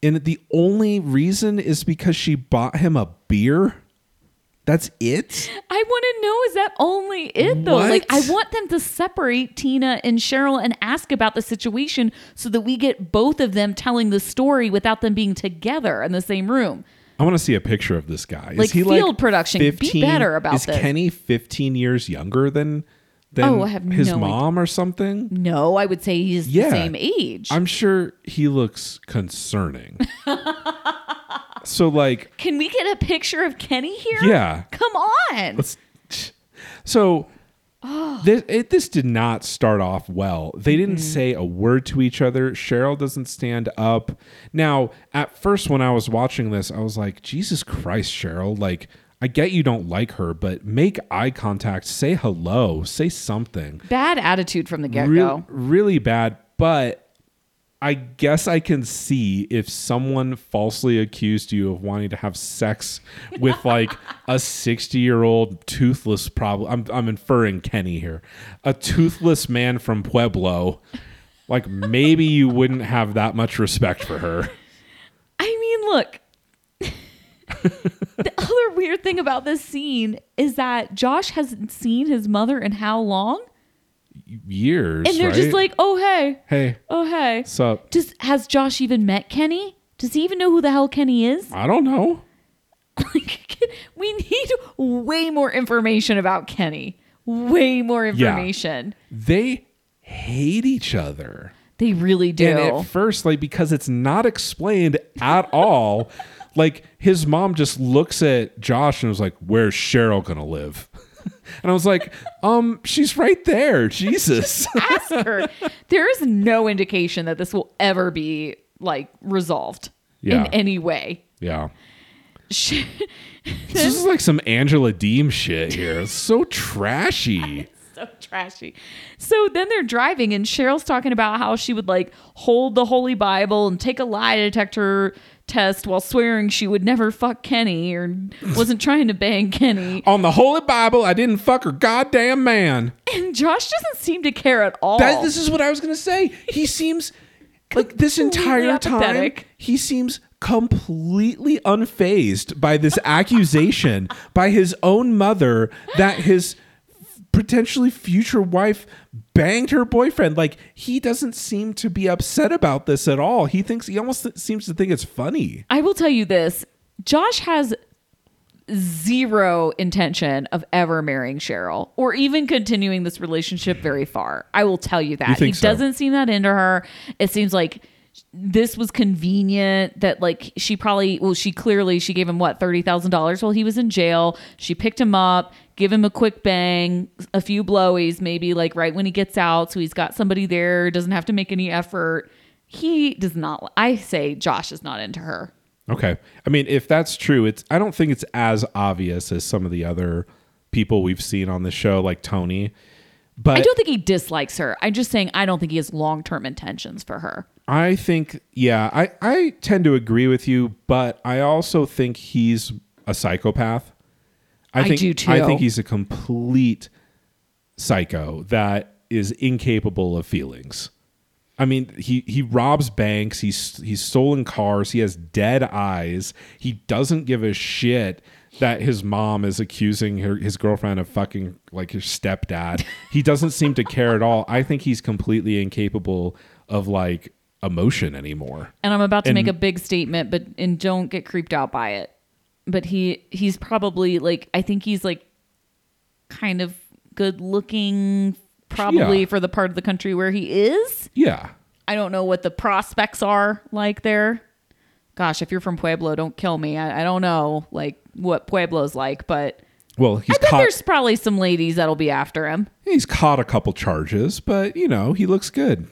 S2: And the only reason is because she bought him a beer. That's it?
S1: I want to know is that only it though? Like I
S2: What?
S1: want them to separate Tina and Cheryl and ask about the situation so that we get both of them telling the story without them being together in the same room.
S2: I want to see a picture of this guy. Is
S1: Like
S2: he
S1: field production. Be better about
S2: is
S1: this.
S2: Kenny 15 years younger than than
S1: Oh, I have
S2: his
S1: no
S2: mom or something?
S1: No, I would say he's
S2: Yeah.
S1: the same age.
S2: I'm sure he looks concerning. so like
S1: Can we get a picture of Kenny here?
S2: Yeah.
S1: Come on.
S2: let's So this it, this did not start off well. They didn't say a word to each other. Cheryl doesn't stand up. Now, at first when I was watching this, I was like, "Jesus Christ, Cheryl, like I get you don't like her, but make eye contact, say hello, say something."
S1: Bad attitude from the get go.
S2: Real, really bad, but I guess I can see if someone falsely accused you of wanting to have sex with like a 60 year old toothless, probably. I'm, I'm inferring Kenny here, a toothless man from Pueblo. Like maybe you wouldn't have that much respect for her.
S1: I mean, look. the other weird thing about this scene is that Josh hasn't seen his mother in how long?
S2: Years.
S1: And they're just
S2: right?
S1: like, oh, hey.
S2: hey,
S1: Oh, hey.
S2: sup?
S1: Does, has Josh even met Kenny? Does he even know who the hell Kenny is?
S2: I don't know.
S1: Like, we need way more information about Kenny. Way more information.
S2: They hate each other.
S1: They really do.
S2: And at first, like because it's not explained at all, like his mom just looks at Josh and was like, "Where's Cheryl gonna live?" And I was like, "Um, she's right there, Jesus."
S1: ask her. There is no indication that this will ever be like resolved
S2: Yeah.
S1: in any way.
S2: yeah,
S1: She-
S2: this is like some Angela Deem shit here. It's so trashy.
S1: so trashy. So then they're driving, and Cheryl's talking about how she would like hold the Holy Bible and take a lie detector test while swearing she would never fuck Kenny or wasn't trying to bang Kenny.
S2: On the Holy Bible, I didn't fuck her goddamn man.
S1: And Josh doesn't seem to care at all.
S2: That, this is what I was going to say. He seems like this entire
S1: apathetic.
S2: time, he seems completely unfazed by this accusation by his own mother that his potentially future wife banged her boyfriend like he doesn't seem to be upset about this at all he thinks he almost seems to think it's funny
S1: I will tell you this Josh has zero intention of ever marrying Cheryl or even continuing this relationship very far. I will tell you that.
S2: You think
S1: he
S2: so?
S1: doesn't seem that into her. It seems like this was convenient that like she probably well she clearly she gave him what $30,000 while he was in jail. She picked him up, give him a quick bang, a few blowies maybe like right when he gets out so he's got somebody there, doesn't have to make any effort. He does not I say Josh is not into her.
S2: Okay. I mean, if that's true, it's I don't think it's as obvious as some of the other people we've seen on the show, like Tony. But
S1: I don't think he dislikes her. I'm just saying I don't think he has long term intentions for her.
S2: I think, yeah, I, I tend to agree with you, but I also think he's a psychopath.
S1: I
S2: think,
S1: do
S2: I
S1: too.
S2: think he's a complete psycho that is incapable of feelings. I mean, he, he robs banks. He's he's stolen cars. He has dead eyes. He doesn't give a shit that his mom is accusing her, his girlfriend of fucking like his stepdad. He doesn't seem to care at all. I think he's completely incapable of like emotion anymore.
S1: And I'm about to make a big statement, but and don't get creeped out by it. But he he's probably like I think he's like kind of good looking probably
S2: Yeah.
S1: for the part of the country where he is.
S2: Yeah.
S1: I don't know what the prospects are like there. Gosh, if you're from Pueblo, don't kill me. I, I don't know like what Pueblo's like, but
S2: Well, he's
S1: I bet
S2: caught
S1: there's probably some ladies that'll be after him.
S2: he's caught a couple charges, but you know, he looks good.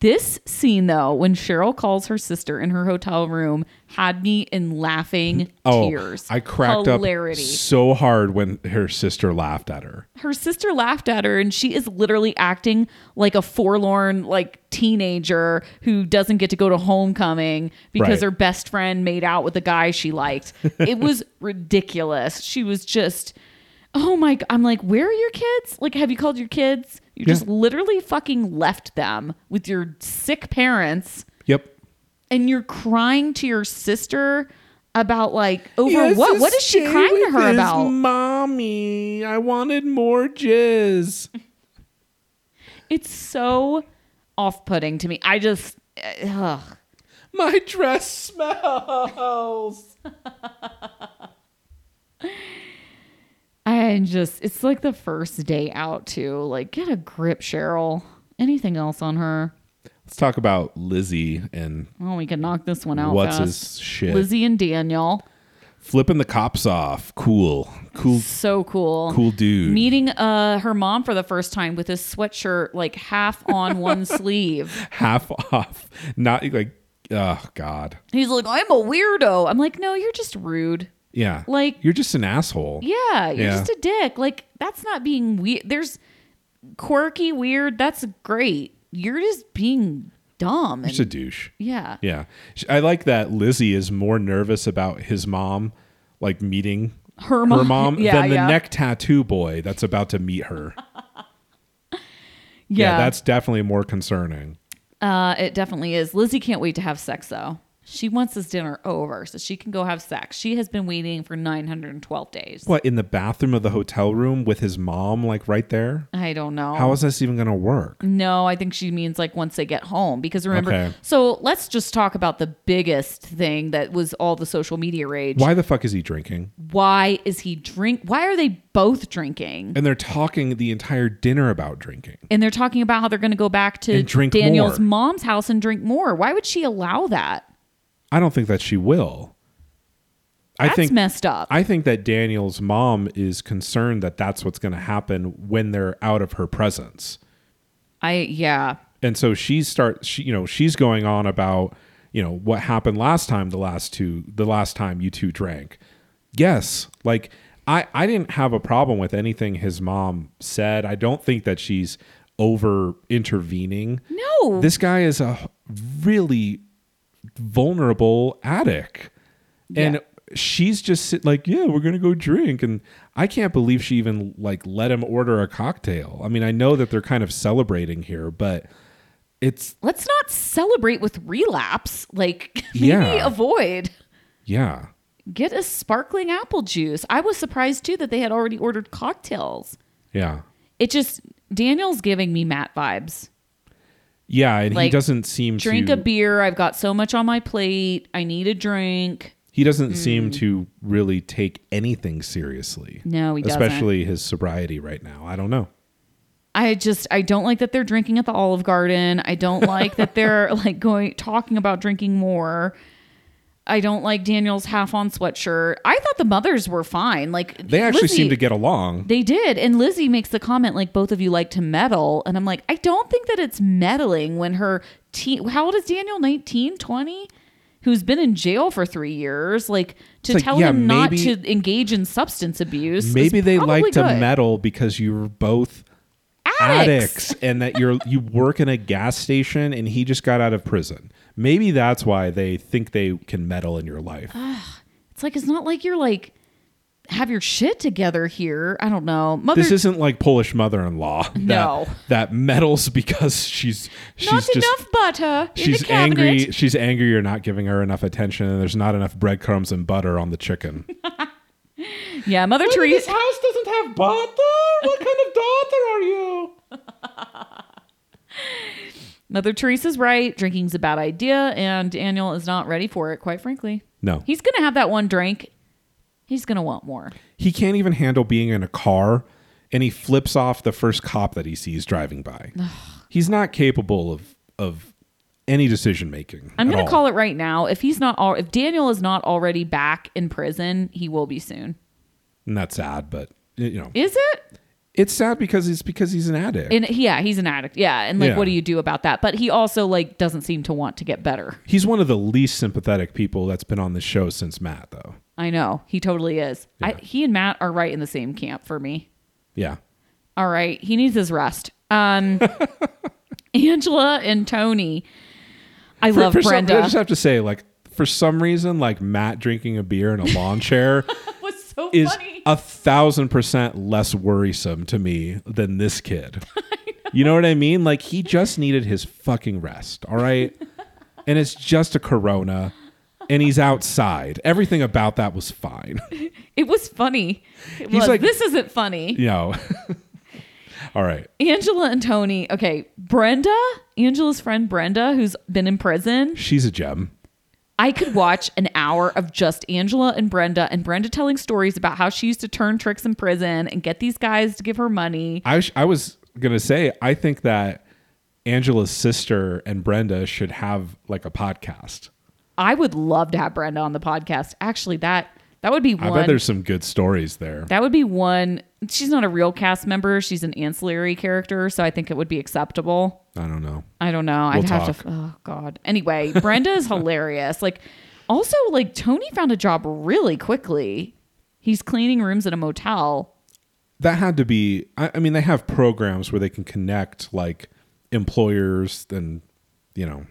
S1: This scene, though, when Cheryl calls her sister in her hotel room, had me in laughing
S2: Oh,
S1: tears.
S2: I cracked
S1: Hilarity.
S2: up so hard when her sister laughed at her.
S1: Her sister laughed at her, and she is literally acting like a forlorn, like teenager who doesn't get to go to homecoming because
S2: Right.
S1: her best friend made out with a guy she liked. it was ridiculous. She was just, oh my! g- I'm like, where are your kids? Like, have you called your kids? You
S2: Yeah.
S1: just literally fucking left them with your sick parents.
S2: Yep.
S1: and you're crying to your sister about like over
S2: Yes,
S1: what what is she
S2: stay
S1: crying to
S2: with
S1: her
S2: his
S1: about
S2: Mommy, I wanted more jizz.
S1: it's so off-putting to me i just eh, ugh.
S2: My dress smells.
S1: i just it's like the first day out too like get a grip cheryl anything else on her
S2: Let's talk about Lizzie and
S1: oh we can knock this one out
S2: what's
S1: fast.
S2: his shit.
S1: lizzie and daniel
S2: Flipping the cops off. Cool. Cool
S1: so cool
S2: cool dude.
S1: meeting uh her mom for the first time with his sweatshirt like half on one sleeve
S2: Half off. Not like oh god.
S1: he's like i'm a weirdo i'm like no you're just rude
S2: Yeah.
S1: Like-
S2: you're just an asshole.
S1: Yeah, you're
S2: Yeah.
S1: just a dick. Like that's not being weird. There's quirky, weird. That's great. You're just being dumb.
S2: You're
S1: And,
S2: just a douche.
S1: yeah.
S2: Yeah. Sh- I like that Lizzie is more nervous about his mom, like meeting
S1: Her mom. Yeah,
S2: than the
S1: yeah.
S2: neck tattoo boy that's about to meet her.
S1: yeah,
S2: yeah, that's definitely more concerning.
S1: uh, it. Definitely is. Lizzie can't wait to have sex though. She wants this dinner over so she can go have sex. She has been waiting for 912 days.
S2: What, in the bathroom of the hotel room with his mom, like right there?
S1: I don't know.
S2: How is this even going to work?
S1: No, I think she means like once they get home because remember.
S2: Okay.
S1: So let's just talk about the biggest thing that was all the social media rage.
S2: Why the fuck is he drinking?
S1: why is he drink why are they both drinking
S2: And they're talking the entire dinner about drinking.
S1: and they're talking about how they're going to go back to
S2: And drink
S1: daniel's
S2: more.
S1: mom's house and drink more why would she allow that
S2: I don't think that she will. I
S1: that's
S2: think
S1: messed up
S2: I think that Daniel's mom is concerned that that's what's going to happen when they're out of her presence.
S1: i yeah
S2: and so she starts she, you know she's going on about you know what happened last time the last two the last time you two drank yes like I, I didn't have a problem with anything his mom said. I don't think that she's over intervening.
S1: No.
S2: This guy is a really vulnerable addict. And she's just sit, like, yeah, we're going to go drink. And I can't believe she even like let him order a cocktail. I mean, I know that they're kind of celebrating here, but it's
S1: Let's not celebrate with relapse. Like maybe
S2: Yeah.
S1: avoid.
S2: yeah.
S1: Get a sparkling apple juice. I was surprised too that they had already ordered cocktails.
S2: Yeah.
S1: It just Daniel's giving me Matt vibes.
S2: Yeah, and he
S1: Like,
S2: doesn't seem
S1: Drink
S2: to
S1: a beer. I've got so much on my plate. I need a drink.
S2: he doesn't
S1: Mm.
S2: seem to really take anything seriously.
S1: No, he doesn't.
S2: especially his sobriety right now. I don't know.
S1: I just I don't like that they're drinking at the Olive Garden. I don't like that they're like going talking about drinking more. I don't like Daniel's half on sweatshirt. I thought the mothers were fine. Like
S2: They actually seem
S1: Lizzie-
S2: to get along.
S1: They did. And Lizzie makes the comment like both of you like to meddle and I'm like I don't think that it's meddling when her teen how old is Daniel 19, 20? Who's been in jail for 3 years like to
S2: It's like,
S1: tell
S2: yeah,
S1: him
S2: maybe-
S1: not to engage in substance abuse. is
S2: Maybe they
S1: probably
S2: like to
S1: good.
S2: meddle because you're both
S1: Addicts.
S2: addicts and that you're you work in a gas station and he just got out of prison. Maybe that's why they think they can meddle in your life.
S1: Ah. It's like it's not like you're like have your shit together here. I don't know. Mother
S2: this isn't like Polish mother-in-law that,
S1: No.
S2: that meddles because she's she's
S1: not
S2: just
S1: enough butter in
S2: she's
S1: the cabinet.
S2: angry she's angry you're not giving her enough attention and there's not enough breadcrumbs and butter on the chicken.
S1: Yeah, Mother
S2: This
S1: Teresa.
S2: house doesn't have butter? What kind of daughter are you?
S1: Mother Teresa's right. Drinking's a bad idea, and Daniel is not ready for it. Quite frankly,
S2: No.
S1: he's gonna have that one drink. He's gonna want more.
S2: he can't even handle being in a car and he flips off the first cop that he sees driving by. He's not capable of of any decision making.
S1: I'm gonna call it right now. If he's not, al- if Daniel is not already back in prison, he will be soon.
S2: And that's sad, but you know,
S1: Is it?
S2: it's sad because it's because he's an addict.
S1: And yeah, he's an addict. Yeah, and like,
S2: Yeah.
S1: what do you do about that? But he also like doesn't seem to want to get better.
S2: he's one of the least sympathetic people that's been on the show since Matt, though.
S1: I know he totally is. I, he and Matt are right in the same camp for me.
S2: Yeah,
S1: All right, he needs his rest. Um, Angela and Tony. I love
S2: for, for some- I
S1: Brenda.
S2: just have to say, like, for some reason, like Matt drinking a beer in a lawn chair
S1: was so
S2: is
S1: funny.
S2: a thousand percent less worrisome to me than this kid. You know what I mean? Like he just needed his fucking rest, all right? and it's just a corona and he's outside. Everything about that was fine.
S1: it was funny. It
S2: He's
S1: was.
S2: like-
S1: this isn't funny.
S2: You know. all right.
S1: Angela and Tony. Okay, Brenda, Angela's friend Brenda, who's been in prison.
S2: She's a gem.
S1: I could watch an hour of just Angela and Brenda and Brenda telling stories about how she used to turn tricks in prison and get these guys to give her money.
S2: I sh- I was gonna say I think that Angela's sister and Brenda should have like a podcast.
S1: I would love to have Brenda on the podcast. Actually, that that would be one.
S2: I bet there's some good stories there.
S1: That would be one. She's not a real cast member. She's an ancillary character, so I think it would be acceptable.
S2: I don't know.
S1: I don't know. I'd
S2: We'll
S1: have
S2: talk.
S1: to. Oh God. Anyway, Brenda is hilarious. Like, also, like Tony found a job really quickly. He's cleaning rooms at a motel.
S2: that had to be I, I mean they have programs where they can connect like employers and you know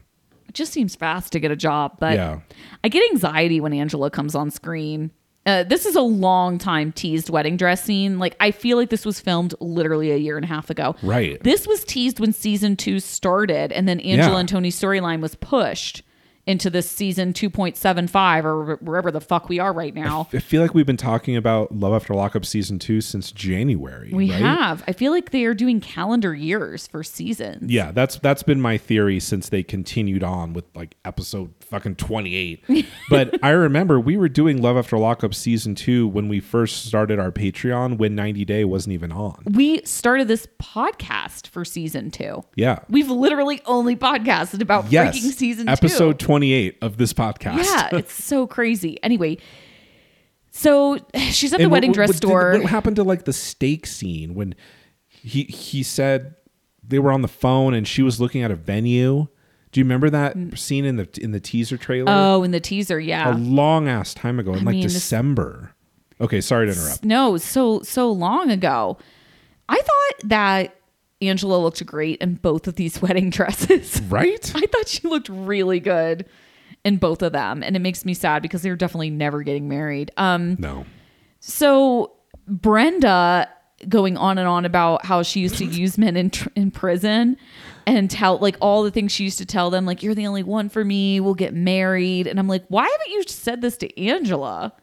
S1: It just seems fast to get a job, but
S2: Yeah.
S1: I get anxiety when Angela comes on screen. Uh, this is a long time teased wedding dress scene. Like, I feel like this was filmed literally a year and a half ago.
S2: Right.
S1: This was teased when season two started, and then Angela
S2: Yeah.
S1: and Tony's storyline was pushed into this season 2.75 or wh- wherever the fuck we are right now.
S2: i feel like we've been talking about love after lockup season two since january
S1: We
S2: right?
S1: have. I feel like they are doing calendar years for seasons.
S2: yeah that's that's been my theory since they continued on with like episode fucking 28 but i remember we were doing love after lockup season two when we first started our patreon when 90 day wasn't even on
S1: We started this podcast for season two.
S2: yeah
S1: We've literally only podcasted about
S2: yes
S1: freaking season two.
S2: episode 28 of this podcast
S1: Yeah, it's so crazy. Anyway, so she's at the
S2: And
S1: wedding dress
S2: did-
S1: store.
S2: what happened to like the steak scene when he he said they were on the phone and she was looking at a venue? Do you remember that scene in the in the teaser trailer?
S1: oh, in the teaser,
S2: a
S1: Mm. yeah.
S2: long ass time ago in like
S1: mean, this-
S2: December. Okay, sorry to interrupt.
S1: No, so so long ago. I thought that Angela looked great in both of these wedding dresses.
S2: Right?
S1: I thought she looked really good in both of them, and it makes me sad because they're definitely never getting married. Um
S2: No.
S1: so Brenda going on and on about how she used to use men in tr- in prison and tell like all the things she used to tell them like you're the only one for me, we'll get married. And I'm like, "Why haven't you said this to Angela?"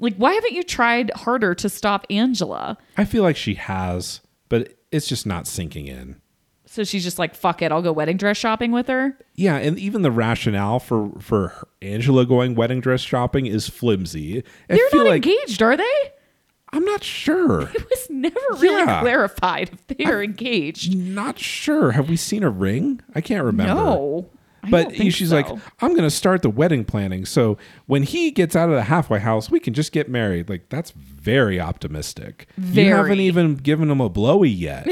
S1: Like, why haven't you tried harder to stop Angela?
S2: I feel like she has, but it's just not sinking in.
S1: So she's just like, fuck it, I'll go wedding dress shopping with her.
S2: Yeah, and even the rationale for for her- Angela going wedding dress shopping is flimsy. I
S1: They're
S2: feel
S1: not
S2: like
S1: engaged, are they?
S2: I'm not sure.
S1: It was never really
S2: Yeah.
S1: clarified if they are engaged.
S2: not sure. Have we seen a ring? I can't remember.
S1: No. I
S2: But
S1: don't think
S2: she's
S1: so.
S2: like, I'm going to start the wedding planning. So when he gets out of the halfway house, we can just get married. Like, that's very optimistic. You haven't
S1: Very.
S2: even given him a blowy yet.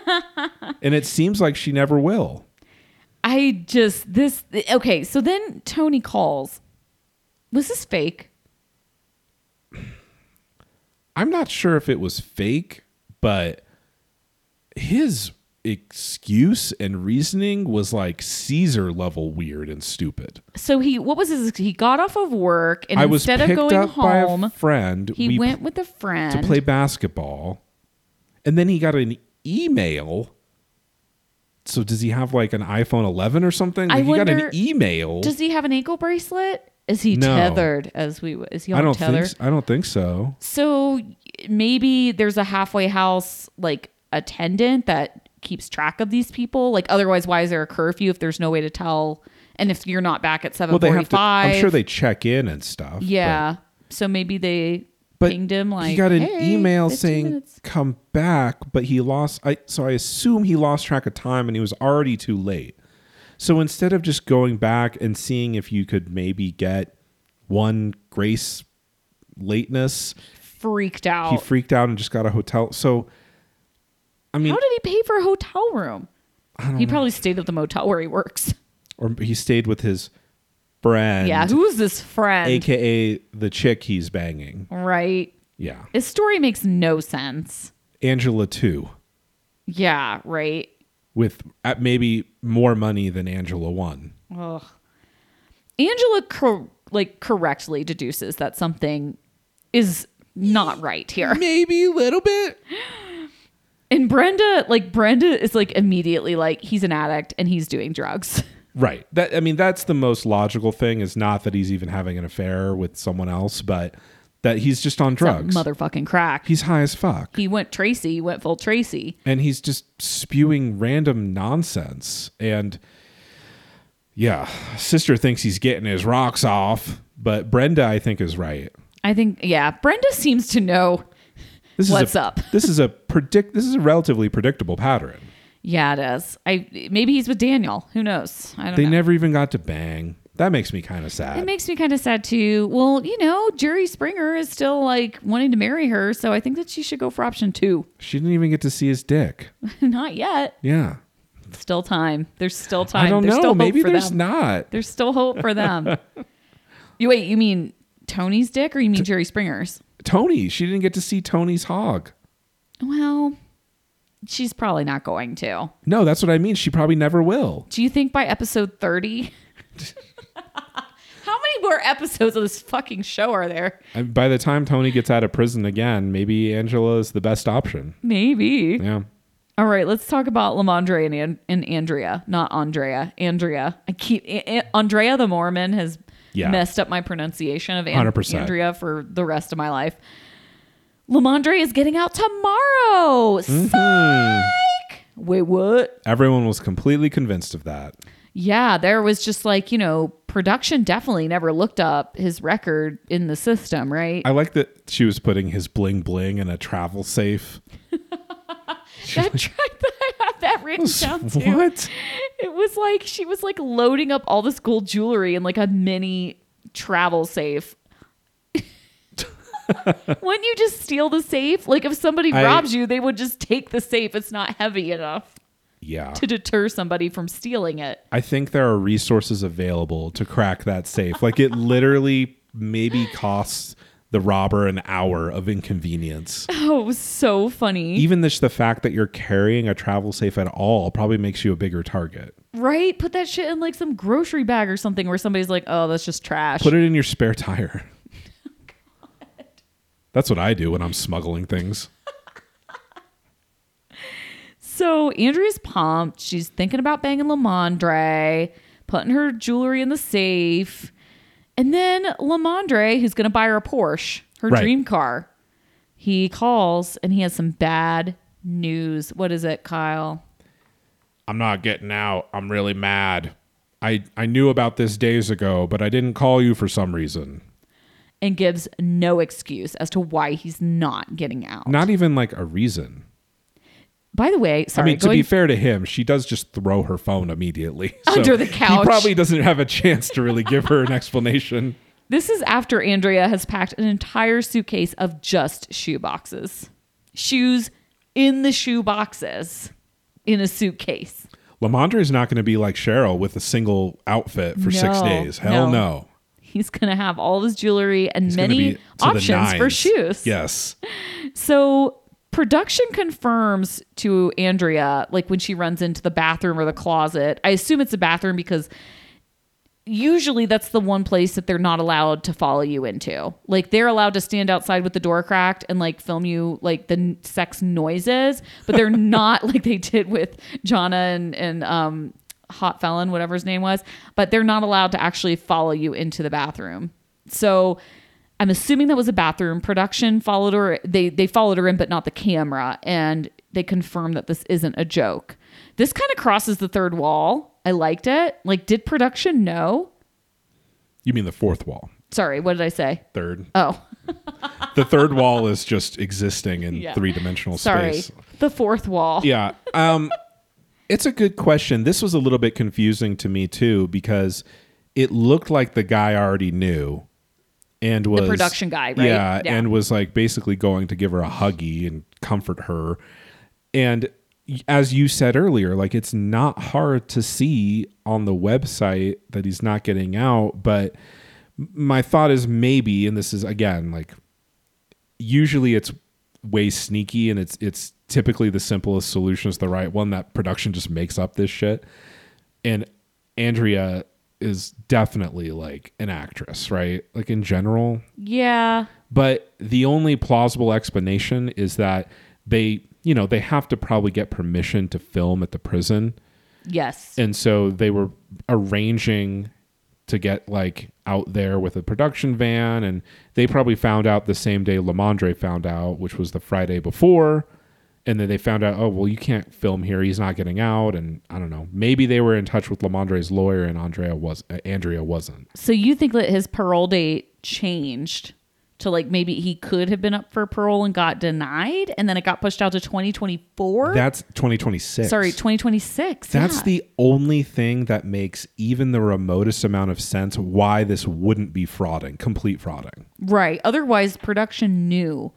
S2: and it seems like she never will.
S1: I just, this, okay. So then Tony calls. Was this fake?
S2: I'm not sure if it was fake, but his excuse and reasoning was like Caesar level weird and stupid.
S1: So he, what was his, he got off of work and
S2: I was
S1: instead
S2: picked
S1: of going
S2: up by a
S1: home,
S2: friend.
S1: he
S2: We-
S1: went with a friend.
S2: to play basketball. And then he got an email. So does he have like an iPhone 11 or something?
S1: I
S2: Like he got an
S1: wonder-
S2: email.
S1: Does he have an ankle bracelet? Is he
S2: No.
S1: tethered? As we, is he on
S2: I don't
S1: tether?
S2: think s- I don't think so.
S1: So y- maybe there's a halfway house like attendant that keeps track of these people. Like otherwise, why is there a curfew if there's no way to tell? And if you're not back at seven
S2: Well, they have to.
S1: forty-five,
S2: I'm sure they check in and stuff. but-
S1: Yeah. So maybe they
S2: But
S1: pinged him. Like
S2: he got an
S1: "Hey,
S2: email
S1: 15
S2: saying
S1: minutes."
S2: come back, but he lost. I so I assume he lost track of time and he was already too late. So instead of just going back and seeing if you could maybe get one grace lateness,
S1: freaked out.
S2: he freaked out and just got a hotel. So, I mean,
S1: How did he pay for a hotel room? He probably stayed at the motel where he works.
S2: or he stayed with his friend,
S1: yeah. Who's this friend?
S2: aka the chick he's banging.
S1: right.
S2: Yeah,
S1: His story makes no sense.
S2: Angela too,
S1: Yeah. Right.
S2: with uh, maybe more money than Angela one.
S1: Ugh. Angela cor- like correctly deduces that something is not right here.
S2: Maybe a little bit.
S1: And Brenda, like Brenda is like immediately like he's an addict and he's doing drugs.
S2: Right. That I mean, that's the most logical thing. Is not that he's even having an affair with someone else, but that he's just on drugs.
S1: Motherfucking crack.
S2: He's high as fuck,
S1: he went Tracy, he went full Tracy.
S2: and he's just spewing random nonsense. And yeah, sister thinks he's getting his rocks off, but Brenda, I think, is right.
S1: I think yeah, Brenda seems to know.
S2: This
S1: What's
S2: is a,
S1: up?
S2: this is a predict. This is a relatively predictable pattern.
S1: Yeah, it is. I maybe he's with Daniel. Who knows? I don't
S2: They
S1: know.
S2: never even got to bang. That makes me kind of
S1: it
S2: sad.
S1: makes me kind of sad too. Well, you know, Jerry Springer is still like wanting to marry her, so I think that she should go for option two.
S2: she didn't even get to see his dick.
S1: Not yet.
S2: Yeah.
S1: Still time. There's still time.
S2: I don't
S1: there's
S2: know.
S1: Still
S2: Maybe
S1: hope for
S2: there's
S1: them.
S2: not.
S1: There's still hope for them. you wait. You mean Tony's dick, or you mean Jerry Springer's?
S2: Tony. She didn't get to see Tony's hog.
S1: Well, she's probably not going to.
S2: No, that's what I mean. She probably never will.
S1: Do you think by episode thirty? How many more episodes of this fucking show are there?
S2: And by the time Tony gets out of prison again, maybe Angela is the best option.
S1: Maybe.
S2: Yeah.
S1: All right, let's talk about Lamondre and, An- and Andrea, not Andrea. Andrea. I keep A- A- Andrea the Mormon has
S2: Yeah.
S1: messed up my pronunciation of An-
S2: 100%.
S1: Andrea for the rest of my life. Lamondre is getting out tomorrow. Psych. Wait, what?
S2: Everyone was completely convinced of that.
S1: Yeah, there was just like you know, production definitely never looked up his record in the system, right?
S2: I like that she was putting his bling bling in a travel safe.
S1: that track that I have that written down too.
S2: What?
S1: It was like she was like loading up all this gold jewelry in like a mini travel safe. Wouldn't you just steal the safe? Like if somebody
S2: I-
S1: robs you, they would just take the safe. It's not heavy enough
S2: Yeah.
S1: to deter somebody from stealing it.
S2: I think there are resources available to crack that safe. Like it literally maybe costs the robber an hour of inconvenience.
S1: Oh, it was so funny.
S2: Even this, the fact that you're carrying a travel safe at all probably makes you a bigger target.
S1: right? Put that shit in like some grocery bag or something where somebody's like, oh, that's just trash.
S2: Put it in your spare tire.
S1: Oh,
S2: That's what I do when I'm smuggling things.
S1: So Andrea's pumped. She's thinking about banging Lamondre, putting her jewelry in the safe. And then Lamondre, who's going to buy her a Porsche, her
S2: Right.
S1: dream car, he calls and he has some bad news. What is it, Kyle?
S2: I'm not getting out. I'm really mad. I, I knew about this days ago, but I didn't call you for some reason.
S1: And gives no excuse as to why he's not getting out.
S2: Not even like a reason.
S1: By the way,
S2: I
S1: sorry,
S2: mean, to
S1: going-
S2: be fair to him, she does just throw her phone immediately.
S1: Under the
S2: He
S1: couch.
S2: probably doesn't have a chance to really give her an explanation.
S1: This is after Andrea has packed an entire suitcase of just shoe boxes. Shoes in the shoe boxes in a suitcase.
S2: Lamondre is not going to be like Cheryl with a single outfit for six
S1: No,
S2: days. Hell no.
S1: no. He's going to have all of his jewelry and
S2: It's gonna
S1: many
S2: be to the
S1: options for
S2: nines.
S1: shoes.
S2: Yes.
S1: So production confirms to Andrea, like when she runs into the bathroom or the closet. I assume it's a bathroom because usually that's the one place that they're not allowed to follow you into. Like they're allowed to stand outside with the door cracked and like film you like the n- sex noises, but they're not like they did with Jonna and and um Hot Felon, whatever his name was, but they're not allowed to actually follow you into the bathroom. So I'm assuming that was a bathroom production followed her they they followed her in but not the camera and they confirm that this isn't a joke. This kind of crosses the third wall. I liked it. Like did production know?
S2: You mean the fourth wall?
S1: Sorry, what did I say?
S2: Third.
S1: Oh,
S2: the third wall is just existing in
S1: Yeah.
S2: three dimensional
S1: sorry.
S2: space.
S1: The fourth wall.
S2: Yeah. Um, it's a good question. This was a little bit confusing to me too because it looked like the guy already knew and was
S1: production guy, right?
S2: Yeah,
S1: Yeah.
S2: and was like basically going to give her a huggy and comfort her. And y- as you said earlier, like it's not hard to see on the website that he's not getting out, but my thought is maybe and this is again like usually it's way sneaky and it's it's typically the simplest solution is the right one that production just makes up this shit and andrea is definitely like an actress right like in general
S1: Yeah.
S2: but the only plausible explanation is that they you know they have to probably get permission to film at the prison
S1: Yes.
S2: and so they were arranging to get like out there with a production van and they probably found out the same day Lamondre found out, which was the Friday before. And then they found out, oh well, you can't film here. He's not getting out, and I don't know. Maybe they were in touch with Lamondre's lawyer, and Andrea was uh, Andrea wasn't.
S1: So you think that his parole date changed to like maybe he could have been up for parole and got denied and then it got pushed out to 2024?
S2: That's 2026.
S1: Sorry, 2026.
S2: That's
S1: yeah.
S2: the only thing that makes even the remotest amount of sense why this wouldn't be frauding, complete frauding.
S1: Right. Otherwise, production knew.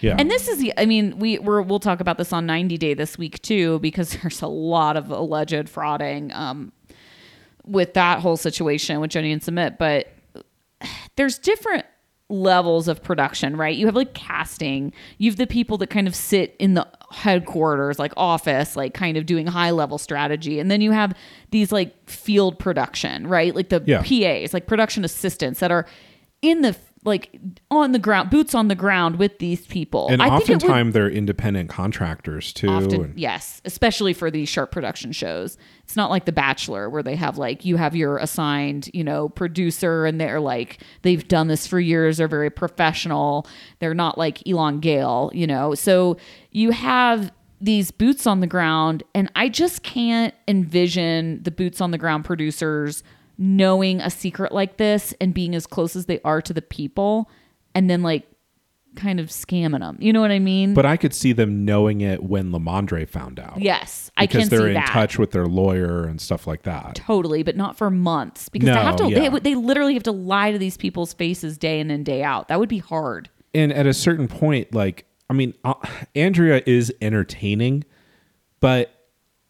S2: Yeah.
S1: And this is the, I mean, we we're, we'll talk about this on 90 Day this week too, because there's a lot of alleged frauding um, with that whole situation with Joni and Submit. But there's different levels of production, right? You have like casting, you have the people that kind of sit in the headquarters, like office, like kind of doing high level strategy. And then you have these like field production, right? Like the
S2: Yeah.
S1: PAs, like production assistants that are in the like on the ground, boots on the ground with these people.
S2: And
S1: I think it would
S2: oftentimes they're independent contractors too.
S1: often,
S2: and-
S1: yes, especially for these sharp production shows. It's not like The Bachelor where they have like you have your assigned, you know, producer and they're like they've done this for years, they're very professional. They're not like Elon Gale, you know. So you have these boots on the ground and I just can't envision the boots on the ground producers knowing a secret like this and being as close as they are to the people and then like kind of scamming them. You know what I mean?
S2: But I could see them knowing it when Lamondre found out.
S1: Yes, I
S2: Because
S1: can
S2: they're
S1: see
S2: in
S1: that.
S2: touch with their lawyer and stuff like that.
S1: Totally, but not for months because
S2: No,
S1: they have to.
S2: yeah.
S1: They, they literally have to lie to these people's faces day in and day out. That would be hard.
S2: And at a certain point, like, I mean, uh, Andrea is entertaining, but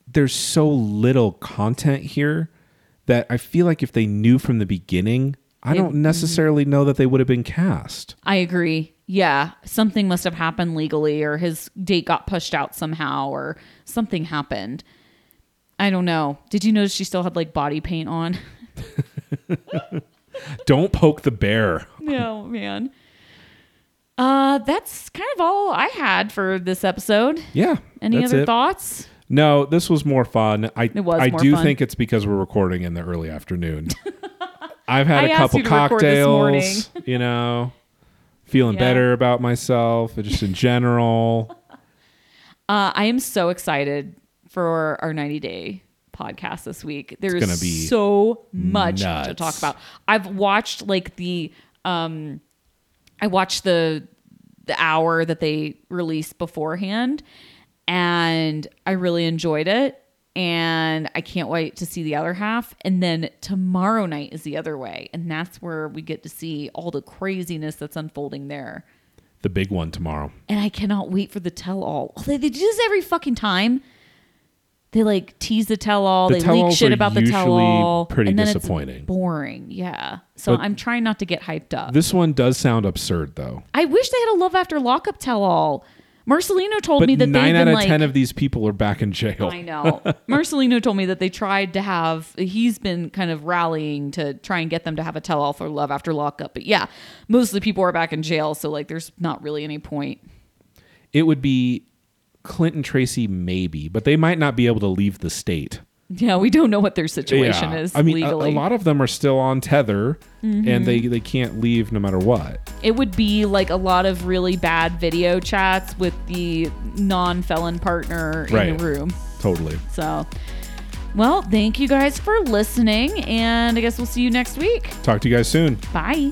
S2: there's so little content here that I feel like if they knew from the beginning I don't
S1: mm-hmm.
S2: necessarily know that they would have been cast.
S1: I agree. Yeah, something must have happened legally, or his date got pushed out somehow, or something happened. I don't know. Did you notice she still had like body paint on?
S2: Don't poke the bear.
S1: no, man. Uh, that's kind of all I had for this episode.
S2: Yeah.
S1: Any
S2: that's
S1: other
S2: it.
S1: thoughts?
S2: No, this was more fun. I
S1: It was
S2: I
S1: more
S2: do
S1: fun.
S2: think it's because we're recording in the early afternoon. I've had
S1: I
S2: a
S1: asked
S2: couple
S1: you to record this
S2: cocktails, you know, feeling
S1: Yeah.
S2: better about myself, just in general.
S1: Uh, I am so excited for our 90 day podcast this week. There's
S2: gonna be
S1: so much to
S2: nuts.
S1: talk about. I've watched like the um I watched the the hour that they released beforehand and I really enjoyed it and I can't wait to see the other half and then tomorrow night is the other way and that's where we get to see all the craziness that's unfolding there
S2: The big one tomorrow.
S1: and I cannot wait for the tell all. They, they do this every fucking time. They like tease the tell all.
S2: The
S1: They leak
S2: tell-alls
S1: shit
S2: are
S1: about the
S2: usually
S1: tell all.
S2: pretty
S1: and then
S2: disappointing.
S1: It's boring, yeah. So
S2: But-
S1: I'm trying not to get hyped up.
S2: This one does sound absurd though.
S1: I wish they had a love after lockup tell all. Marcelino told
S2: But
S1: me that they've
S2: nine out
S1: been
S2: of
S1: like.
S2: ten of these people are back in jail.
S1: I know. Marcelino told me that they tried to have, he's been kind of rallying to try and get them to have a tell all for love after lockup. But yeah, most of the people are back in jail. So like there's not really any point.
S2: It would be Clinton Tracy, maybe, but they might not be able to leave the state.
S1: Yeah, we don't know what their situation is
S2: I mean, a-
S1: legally. Mm-hmm.
S2: A, lot of them are still on tether, and they they can't leave no matter what.
S1: it would be like a lot of really bad video chats with the non-felon partner in
S2: Right.
S1: the room.
S2: Totally.
S1: So, well, thank you guys for listening, and I guess we'll see you next week.
S2: Talk to you guys soon.
S1: Bye.